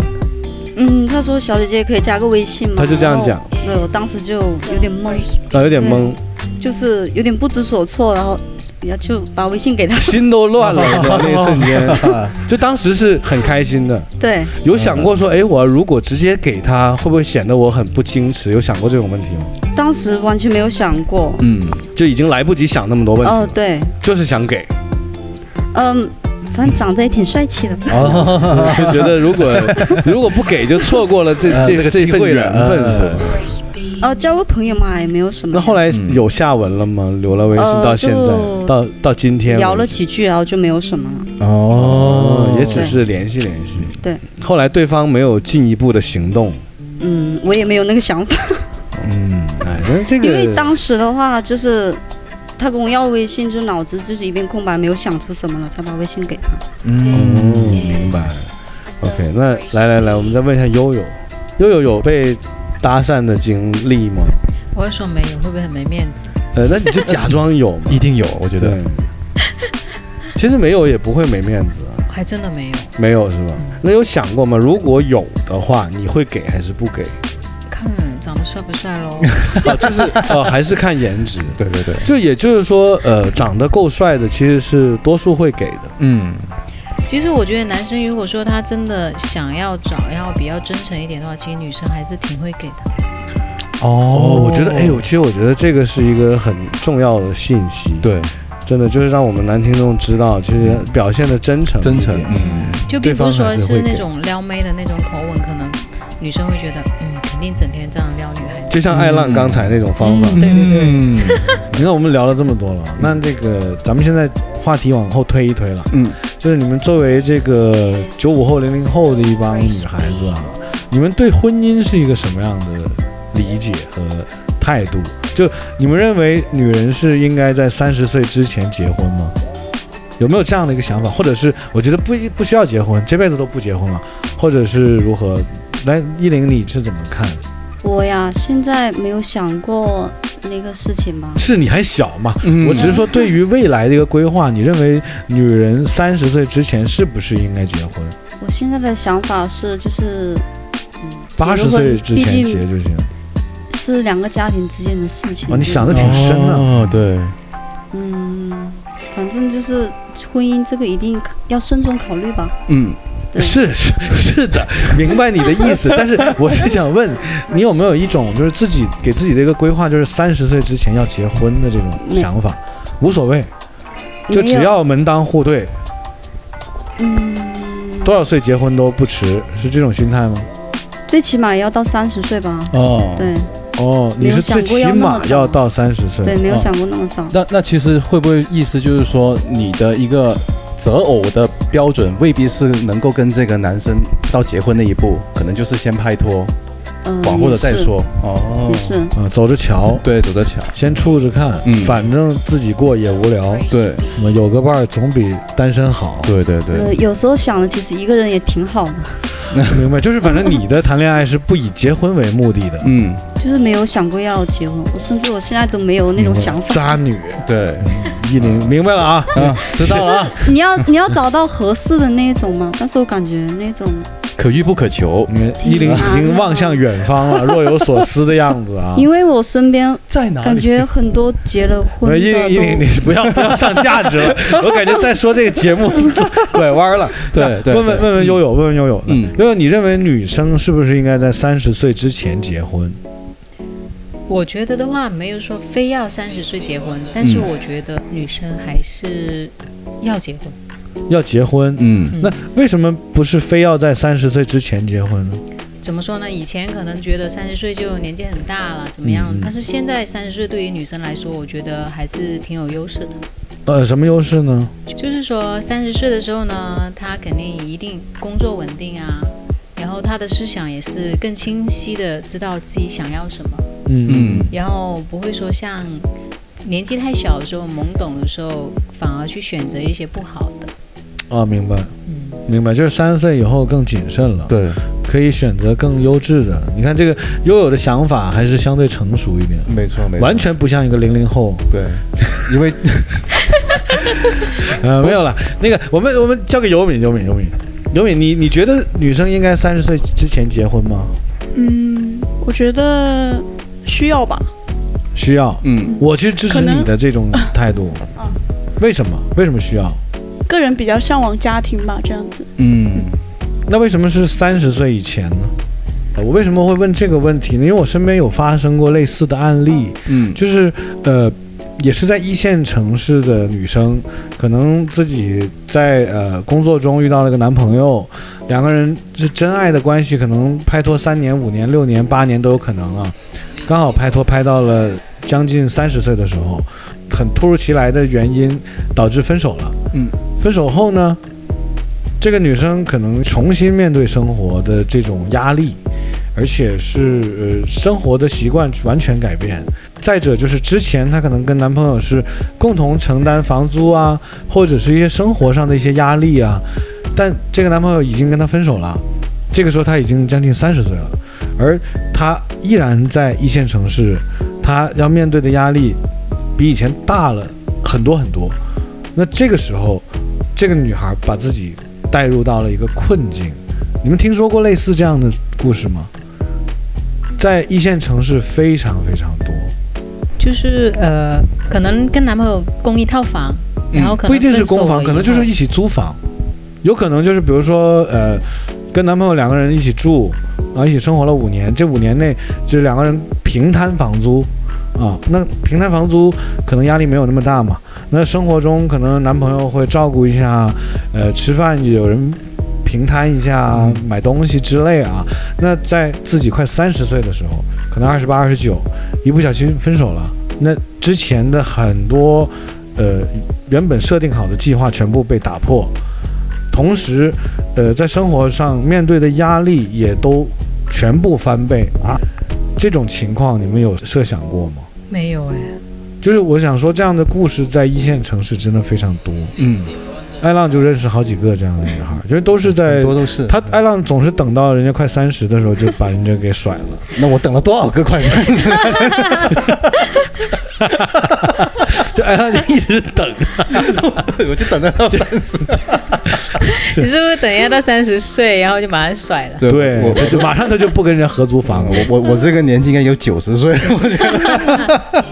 嗯，他说小姐姐可以加个微信吗？
他就这样讲，
然后。对，我当时就有点懵，
啊，有点懵，
就是有点不知所措，然后然后就把微信给 他。
心都乱了，你知啊道那一瞬 间，就当时是很开心的。
对，
有想过说，哎，我如果直接给他，会不会显得我很不矜持？有想过这种问题吗？
当时完全没有想过。
嗯，
就已经来不及想那么多问题了，
哦，对，
就是想 给，
嗯，反正长得也挺帅气的。
就觉得如 果如果不给，就错过了这
啊这
这
个
这
机
份
会了
缘分
嗯
是吧。
呃，交个朋友嘛，也没有什么。
那后来有下文了吗？留了微信
呃
到现在，
就
到到今天为止
聊了几句，然后就没有什么了。
哦，也只
对
是联系联系。
对，
后来对方没有进一步的行动，
嗯，我也没有那个想法，
嗯，。
哎，那这
因为
个
当时的话就是。他跟我要微信，就脑子就是一片空白，没有想出什么了，才把微信给他。
嗯，明白。OK，那来来来，我们再问一下悠悠，悠悠有被搭讪的经历吗？
我会说没有，会不会很没面子？
呃，那你就假装有 嘛
一定有，我觉得
对，其实没有也不会没面子啊，
还真的没有，
没有是吧？那有想过吗？如果有的话，你会给还是不 给？
看长得帅不帅 喽。
啊，就是呃，还是看颜值。
对对对，
就也就是说，呃，长得够帅的其实是多数会给的。
嗯，
其实我觉得男生如果说他真的想要找要比较真诚一点的话，其实女生还是挺会给的。
哦
哦，
我觉得，哎呦，其实我觉得这个是一个很重要的信息，，
对，
真的就是让我们男听众知道，其实表现的嗯真诚，
真诚，，嗯，
就
对
并不
方
是说
还是会
是
给
那种撩妹的那种口吻，可能女生会觉得，嗯，肯定整天这样撩女孩子。
就像艾浪刚才那种方法。
嗯对对对
嗯，
你看，我们聊了这么多了，那这个咱们现在话题往后推一推了，
嗯，
就是你们作为这个九五后、零零后的一帮女孩子啊，你们对婚姻是一个什么样的理解和态度？就你们认为女人是应该在三十岁之前结婚吗？有没有这样的一个想法？或者是我觉得不不需要结婚，这辈子都不结婚了，或者是如何？来，依琳你是怎么看？
我呀，现在没有想过那个事情吧。
是你还小嘛？
嗯
我只是说，对于未来的一个规划，你认为女人三十岁之前是不是应该结婚？
我现在的想法是，就是
八十岁之前结就行。
是两个家庭之间的事情。
哦你想得
的
挺深啊
哦，对，
嗯，反正就是婚姻这个一定要慎重考虑吧。
嗯，
对
是是是的，明白你的意思。但是我是想问，你有没有一种就是自己给自己的一个规划，就是三十岁之前要结婚的这种
没
想法？无所谓，就
没
只
有
要门当户对，
嗯，
多少岁结婚都不迟，是这种心态吗？
最起码也要到三十岁吧。
哦，
对，
哦，你是最起码要到三十岁，
对，没有
哦
想过那么早。
嗯那那其实会不会意思就是说，你的一个择偶的标准未必是能够跟这个男生到结婚那一步，可能就是先拍拖，
嗯，
往后的再
也是，
说。哦
也，嗯是，
啊，走着瞧，
对，走着瞧。
先处着看，
嗯
反正自己过也无聊，
对，
那么有个伴儿总比单身好。
对对对，
呃，有时候想的其实一个人也挺好的，
明白，就是反 正你的谈恋爱是不以结婚为目的的，
嗯，
就是没有想过要结婚，我甚至我现在都没有那种
嗯
想法。
嗯
嗯
渣女
对，
一零，明白了啊？
啊，知道了啊，
你要你要找到合适的那一种嘛，但是我感觉那种，
可遇不可求，
嗯
你们一零已经望向远方 了，若有所思的样子啊。
因为我身边
在 哪
感觉很多结了
呃
婚的
一零一零，你
都，
不 要不要上价值了，我感觉再说这个节目拐弯了。啊
对对
问问
对
问问悠悠，问问悠悠，
嗯
悠悠，你认为女生是不是应该在三十岁之前结婚？
我觉得的话，没有说非要三十岁结婚，但是
嗯
我觉得女生还是要结婚。
要结婚，
嗯
那为什么不是非要在三十岁之前结婚呢？
怎么说呢？以前可能觉得三十岁就年纪很大了，怎么样？
嗯
但是现在三十岁对于女生来说，我觉得还是挺有优势的。
呃，什么优势呢？
就是说，三十岁的时候呢，她肯定一定工作稳定啊，然后她的思想也是更清晰的知道自己想要什么，
嗯
嗯，
然后不会说像年纪太小的时候懵懂的时候，反而去选择一些不好的。
啊，明白
嗯，
明白，就是三十岁以后更谨慎了，
对，
可以选择更优质的。你看这个悠悠的想法还是相对成熟一点，
没错没错，
完全不像一个零零后。
对， 因为
呃，没有了，那个我们我们交给尤敏，尤敏，尤敏，尤敏，你你觉得女生应该三十岁之前结婚吗？
嗯，我觉得需要吧。
需要，
嗯
我其实支持
可能啊
你的这种 态度。为什么？为什么需要？
个人比较向往家庭吧，这样子。
嗯
那为什么是三十岁以前呢？啊我为什么会问这个问题呢？因为我身边有发生过类似的案例，
嗯，
就是呃，也是在一线城市的女生，可能自己在呃工作中遇到了个男朋友，两个人是真爱的关系，可能拍拖三年、五年、六年、八年都有可能啊。刚好拍拖拍到了将近三十岁的时候，很突如其来的原因导致分手了。
嗯，
分手后呢，这个女生可能重新面对生活的这种压力。而且是呃生活的习惯完全改变。再者就是之前她可能跟男朋友是共同承担房租啊，或者是一些生活上的一些压力啊，但这个男朋友已经跟她分手了，这个时候她已经将近三十岁了，而她依然在一线城市，她要面对的压力比以前大了很多很多。那这个时候，这个女孩把自己带入到了一个困境。你们听说过类似这样的故事吗？在一线城市非常非常多，
就是呃，可能跟男朋友供一套房，然后可
嗯
能
不一定是
分手
公房，
了以
可能就是
后
一起租房，有可能就是比如说呃，跟男朋友两个人一起住，然后一起生活了五年，这五年内就是两个人平摊房租啊，那平摊房租可能压力没有那么大嘛。那生活中可能男朋友会照顾一下，呃，吃饭有人平摊一下，买东西之类啊。那在自己快三十岁的时候，可能二十八、二十九，一不小心分手了，那之前的很多呃原本设定好的计划全部被打破，同时，呃，在生活上面对的压力也都全部翻倍啊。这种情况你们有设想过吗？
没有哎。
就是我想说，这样的故事在一线城市真的非常多。
嗯，
艾浪就认识好几个这样的女孩，就是都是在
很多都是
他艾浪总是等到人家快三十的时候就把人家给甩了。
那我等了多少个快餐？
就
哎
艾浪就一直等，
我就等到三十。
你是不是等一下到三十岁，然后就把他甩了？
对，
我
就就马上他就不跟人家合租房了，
我我我这个年纪应该有九十岁了，我觉得。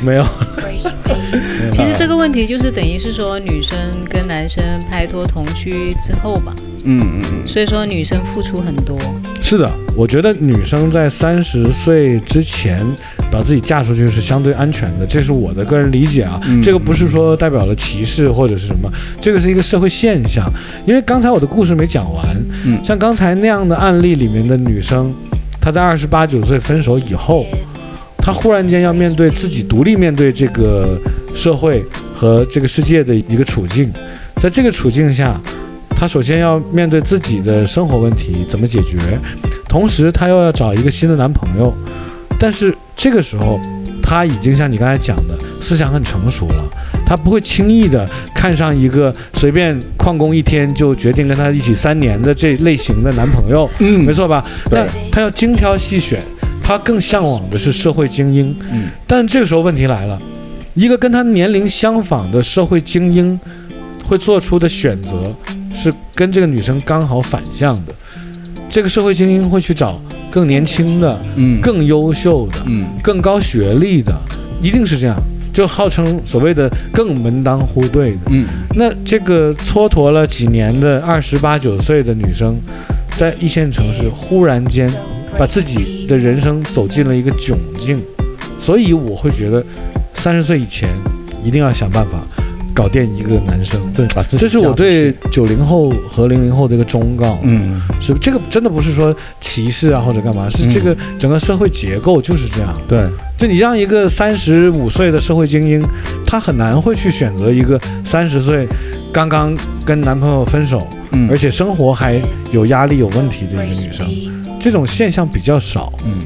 没有。
其实这个问题就是等于是说，女生跟男生拍拖同居之后吧，
嗯嗯嗯，
所以说女生付出很多。
是的，我觉得女生在三十岁之前把自己嫁出去是相对安全的，这是我的个人理解啊。
嗯
这个不是说代表了歧视或者是什么，这个是一个社会现象。因为刚才我的故事没讲完，
嗯
像刚才那样的案例里面的女生，他在二十八九岁分手以后，他忽然间要面对自己独立面对这个社会和这个世界的一个处境，在这个处境下，他首先要面对自己的生活问题怎么解决，同时他又要找一个新的男朋友，但是这个时候，他已经像你刚才讲的，思想很成熟了。他不会轻易的看上一个随便旷工一天就决定跟他一起三年的这类型的男朋友，
嗯
没错吧？
对
但他要精挑细选，他更向往的是社会精英。
嗯，
但这个时候问题来了，一个跟他年龄相仿的社会精英会做出的选择是跟这个女生刚好反向的。这个社会精英会去找更年轻的、
嗯
更优秀的、
嗯
更高学历的，一定是这样，就号称所谓的更门当户对的。
嗯，
那这个蹉跎了几年的二十八九岁的女生，在一线城市忽然间把自己的人生走进了一个窘境，所以我会觉得，三十岁以前一定要想办法搞定一个男生。对，
把自己
这是我
嫁出去
对九零后和零零后的一个忠告。，
嗯
是这个真的不是说歧视啊或者干嘛，是这个
嗯
整个社会结构就是这样。
对
就你让一个三十五岁的社会精英，他很难会去选择一个三十岁刚刚跟男朋友分手，
嗯
而且生活还有压力、有问题的一个女生， 这种现象比较少。
嗯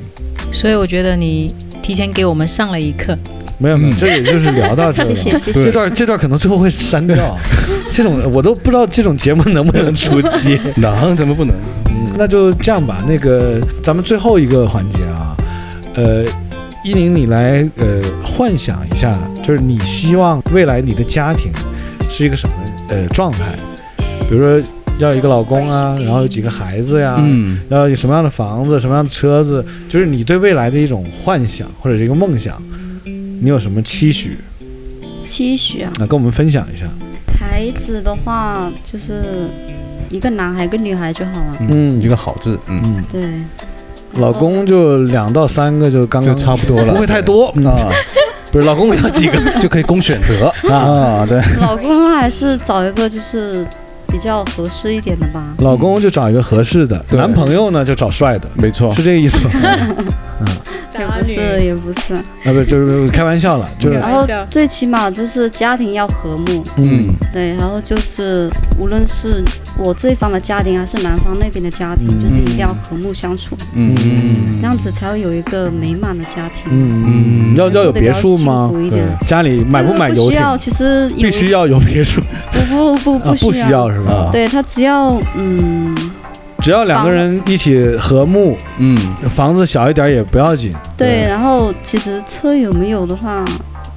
所以我觉得你提前给我们上了一课。
没有没有，
嗯
这也就是聊到这了。
谢 谢谢
这
谢，
段这段可能最后会删 掉，这种我都不知道这种节目能不能出街。
能怎么不能？
那就这样吧，那个咱们最后一个环节啊，呃，依宁你来呃幻想一下，就是你希望未来你的家庭是一个什么呃状态？比如说要有一个老公啊，然后有几个孩子呀、
嗯
要有什么样的房子，什么样的车子，就是你对未来的一种幻想或者是一个梦想，你有什么期许？
期许啊。
那跟我们分享一下。
孩子的话，就是一个男孩一个女孩就好了。
嗯
一个好字，嗯，
嗯，
对，
老公就两到三个就刚
就
刚
差不多了，
不会太多，嗯
啊，
不是老公要几个？
就可以供选择啊，对，
老公的话还是找一个就是比较合适一点的吧。
老公就找一个合适的，
对
男朋友呢就找帅的，
没错
是，这个 意思吗？啊，
也不是，也不是。
不就是开玩笑了，
嗯
就是
然后最起码就是家庭要和睦，
嗯
对。然后就是无论是我这一方的家庭，还是男方那边的家庭，
嗯
就是一定要和睦相处，
嗯
这样子才会有一个美满的家庭。
嗯嗯，要要有别墅吗
得比较幸？福一
对
点，
家里买
这
不
个
买游
不需
艇？
要，其实
必
有
须要有别墅
不不
啊
不，
不需要是吧
啊？
对他只要嗯，
只要两个人一起和睦，
嗯，
房子小一点也不要紧，
对，然后其实车有没有的话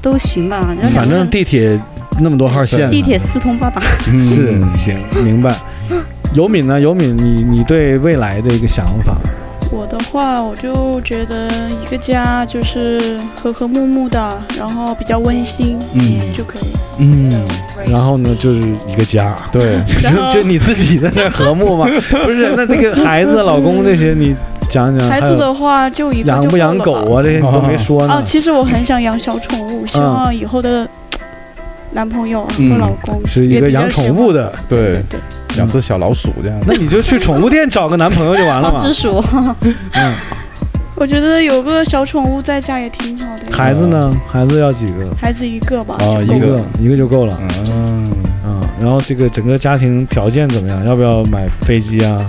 都行吧，然后两
嗯反
个
正
人
地铁那么多号线呢，
地铁四通八达。
嗯
是嗯行，明白。尤敏呢？尤敏，你你对未来的一个想法？
我的话，我就觉得一个家就是和和睦睦的，然后比较温馨
嗯
就可以。
嗯，然后呢，就是一个家。
对，
然后
就就你自己在那儿和 睦吗？不是，那那个孩子、老公这些，你讲讲。
孩
嗯还
子
有
的话，就一个
养
就
不养
够了吧
狗啊？这些你都没说
哦，
呢。
其实我很想养小宠物，
嗯
希望以后的男朋友啊
嗯
或老公
是一
也
个
比较
养
喜
宠
欢
物的，
对，
对，
养只小老鼠这样，
那你就去宠物店找个男朋友就完 了
好 知
嘛。
足，
嗯，
我觉得有个小宠物在家也挺好的，
孩子呢？孩子要几个？
孩子一个吧，
哦
就
嗯一
够了
个，一个就够了。
嗯，
嗯，然后这个整个家庭条件怎么样？要不要买飞机啊？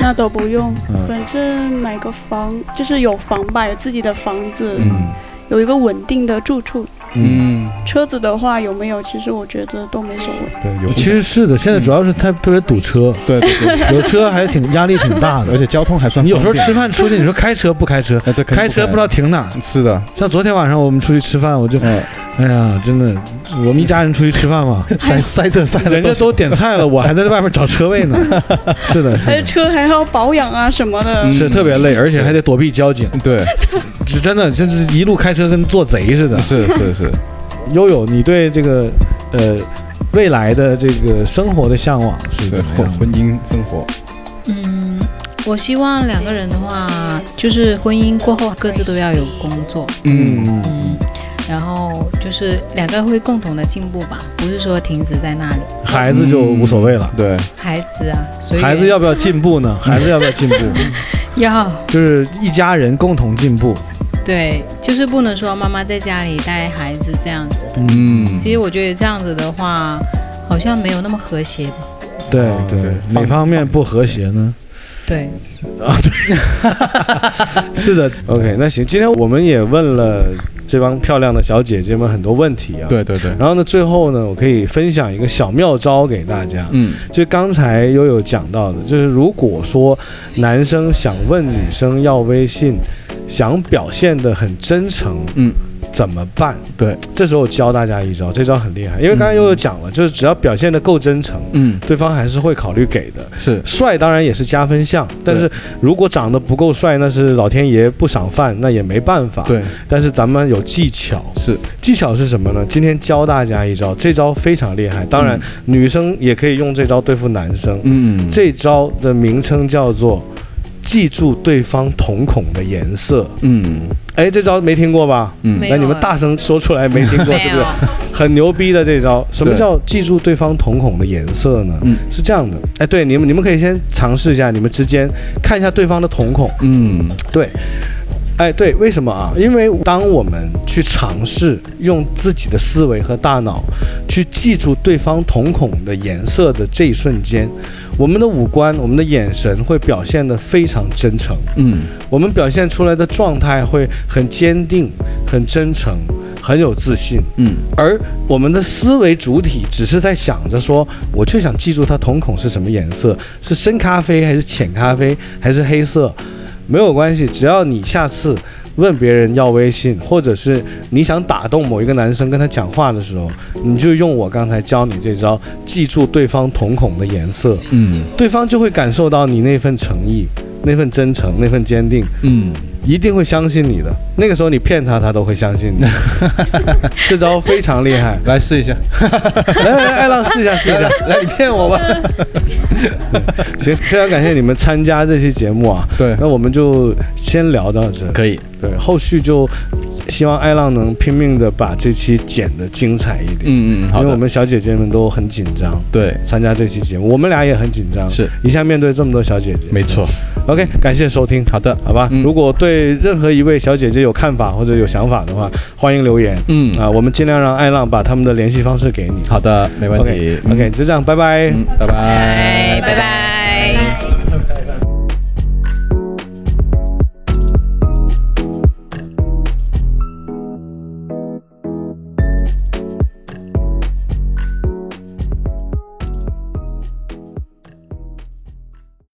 那都不用，
嗯
反正买个房，就是有房吧，有自己的房子，
嗯
有一个稳定的住处。
嗯，
车子的话有没有？其实我觉得都没所谓。
对，有
其实是的，现在主要是它特别堵车，
对对对，
有车还挺压力挺大的
而。且交通还 算
你有时候
方便
吃，饭出去，你说开车不开车？
哎对，肯定
开车不知道停哪儿。
是的，
像昨天晚上我们出去吃饭，我就
嗯，
哎呀，真的，我们一家人出去吃饭 嘛，
塞塞这塞
人家都点菜 了，我还在外面找车 位呢。是的，
而且
是的
车还要保养啊什么的
嗯，
是特别累，而且还得躲避交警，
对，
是真的就是一路开车跟做贼似的。
是是是，
悠悠，你对这个呃未来的这个生活的向往是
对
怎么样的
婚婚姻生活，
嗯，我希望两个人的话，就是婚姻过后各自都要有工作，
嗯
嗯
嗯，然后就是两个人会共同的进步吧，不是说停止在那里。
孩子就无所谓了。
嗯对，
孩子啊，所 以
孩子要不要进步呢？孩子要不要进步？
要
就是一家人共同进步。
对，就是不能说妈妈在家里带孩子这样子的。
嗯，
其实我觉得这样子的话，好像没有那么和谐吧。
对
哦对
哪
放
方面不和谐呢？
对，
是的，OK，那行，今天我们也问了这帮漂亮的小姐姐们很多问题啊。。
对对对，
然后呢，最后呢，我可以分享一个小妙招给大家。
嗯
就刚才悠悠讲到的，就是如果说男生想问女生要微信，想表现得很真诚，
嗯，
怎么办？
对，
这时候我教大家一招，这招很厉害，因为刚刚悠悠讲了，就是只要表现得够真诚，
嗯
对方还是会考虑给的。
是
帅当然也是加分项，但是如果长得不够帅，那是老天爷不赏饭，那也没办法。，
对
但是咱们有技巧，
是，
技巧是什么呢？今天教大家一招，这招非常厉害，当然女生也可以用这招对付男生。
嗯
这招的名称叫做“记住对方瞳孔的颜色
嗯”。
哎，这招没听过吧？
嗯
没
那
有
你们
哎
大声说出来没听过，对
没
不
有
对？很牛逼的这招。什么
对
叫记住对方瞳孔的颜色呢？
嗯
是这样的。哎，对，你们你们可以先尝试一下，你们之间看一下对方的瞳孔。
嗯
对，哎，对，为什么啊？因为当我们去尝试用自己的思维和大脑去记住对方瞳孔的颜色的这一瞬间，我们的五官、我们的眼神会表现得非常真诚，
嗯
我们表现出来的状态会很坚定、很真诚、很有自信。
嗯
而我们的思维主体只是在想着说，我却想记住它瞳孔是什么颜色，是深咖啡还是浅咖啡还是黑色，没有关系，只要你下次问别人要微信，或者是你想打动某一个男生跟他讲话的时候，你就用我刚才教你这招，记住对方瞳孔的颜色，
嗯
对方就会感受到你那份诚意、那份真诚、那份坚定，
嗯，
一定会相信你的。那个时候你骗他，他都会相信你。这招非常厉害。
来试一下，
来来，来，艾浪试一下，试一 下。
来你骗我吧，
行，非常感谢你们参加这期节目啊。
对
那我们就先聊到这。
可以，
对，后续就希望艾浪能拼命的把这期剪得精彩一点，
嗯嗯好
因为我
的，
们小姐姐们都很紧张。
对，
参加这期节目，我们俩也很紧张，
是
一下面对这么多小姐姐。
没错，
OK，感谢收听，
好的，
好吧。
嗯
如果对任何一位小姐姐有看法或者有想法的话，欢迎留言。
嗯
啊，我们尽量让艾浪把他们的联系方式给你。
好的，没问
OK
题嗯
OK，就这样，拜拜。
嗯，拜拜。
拜拜。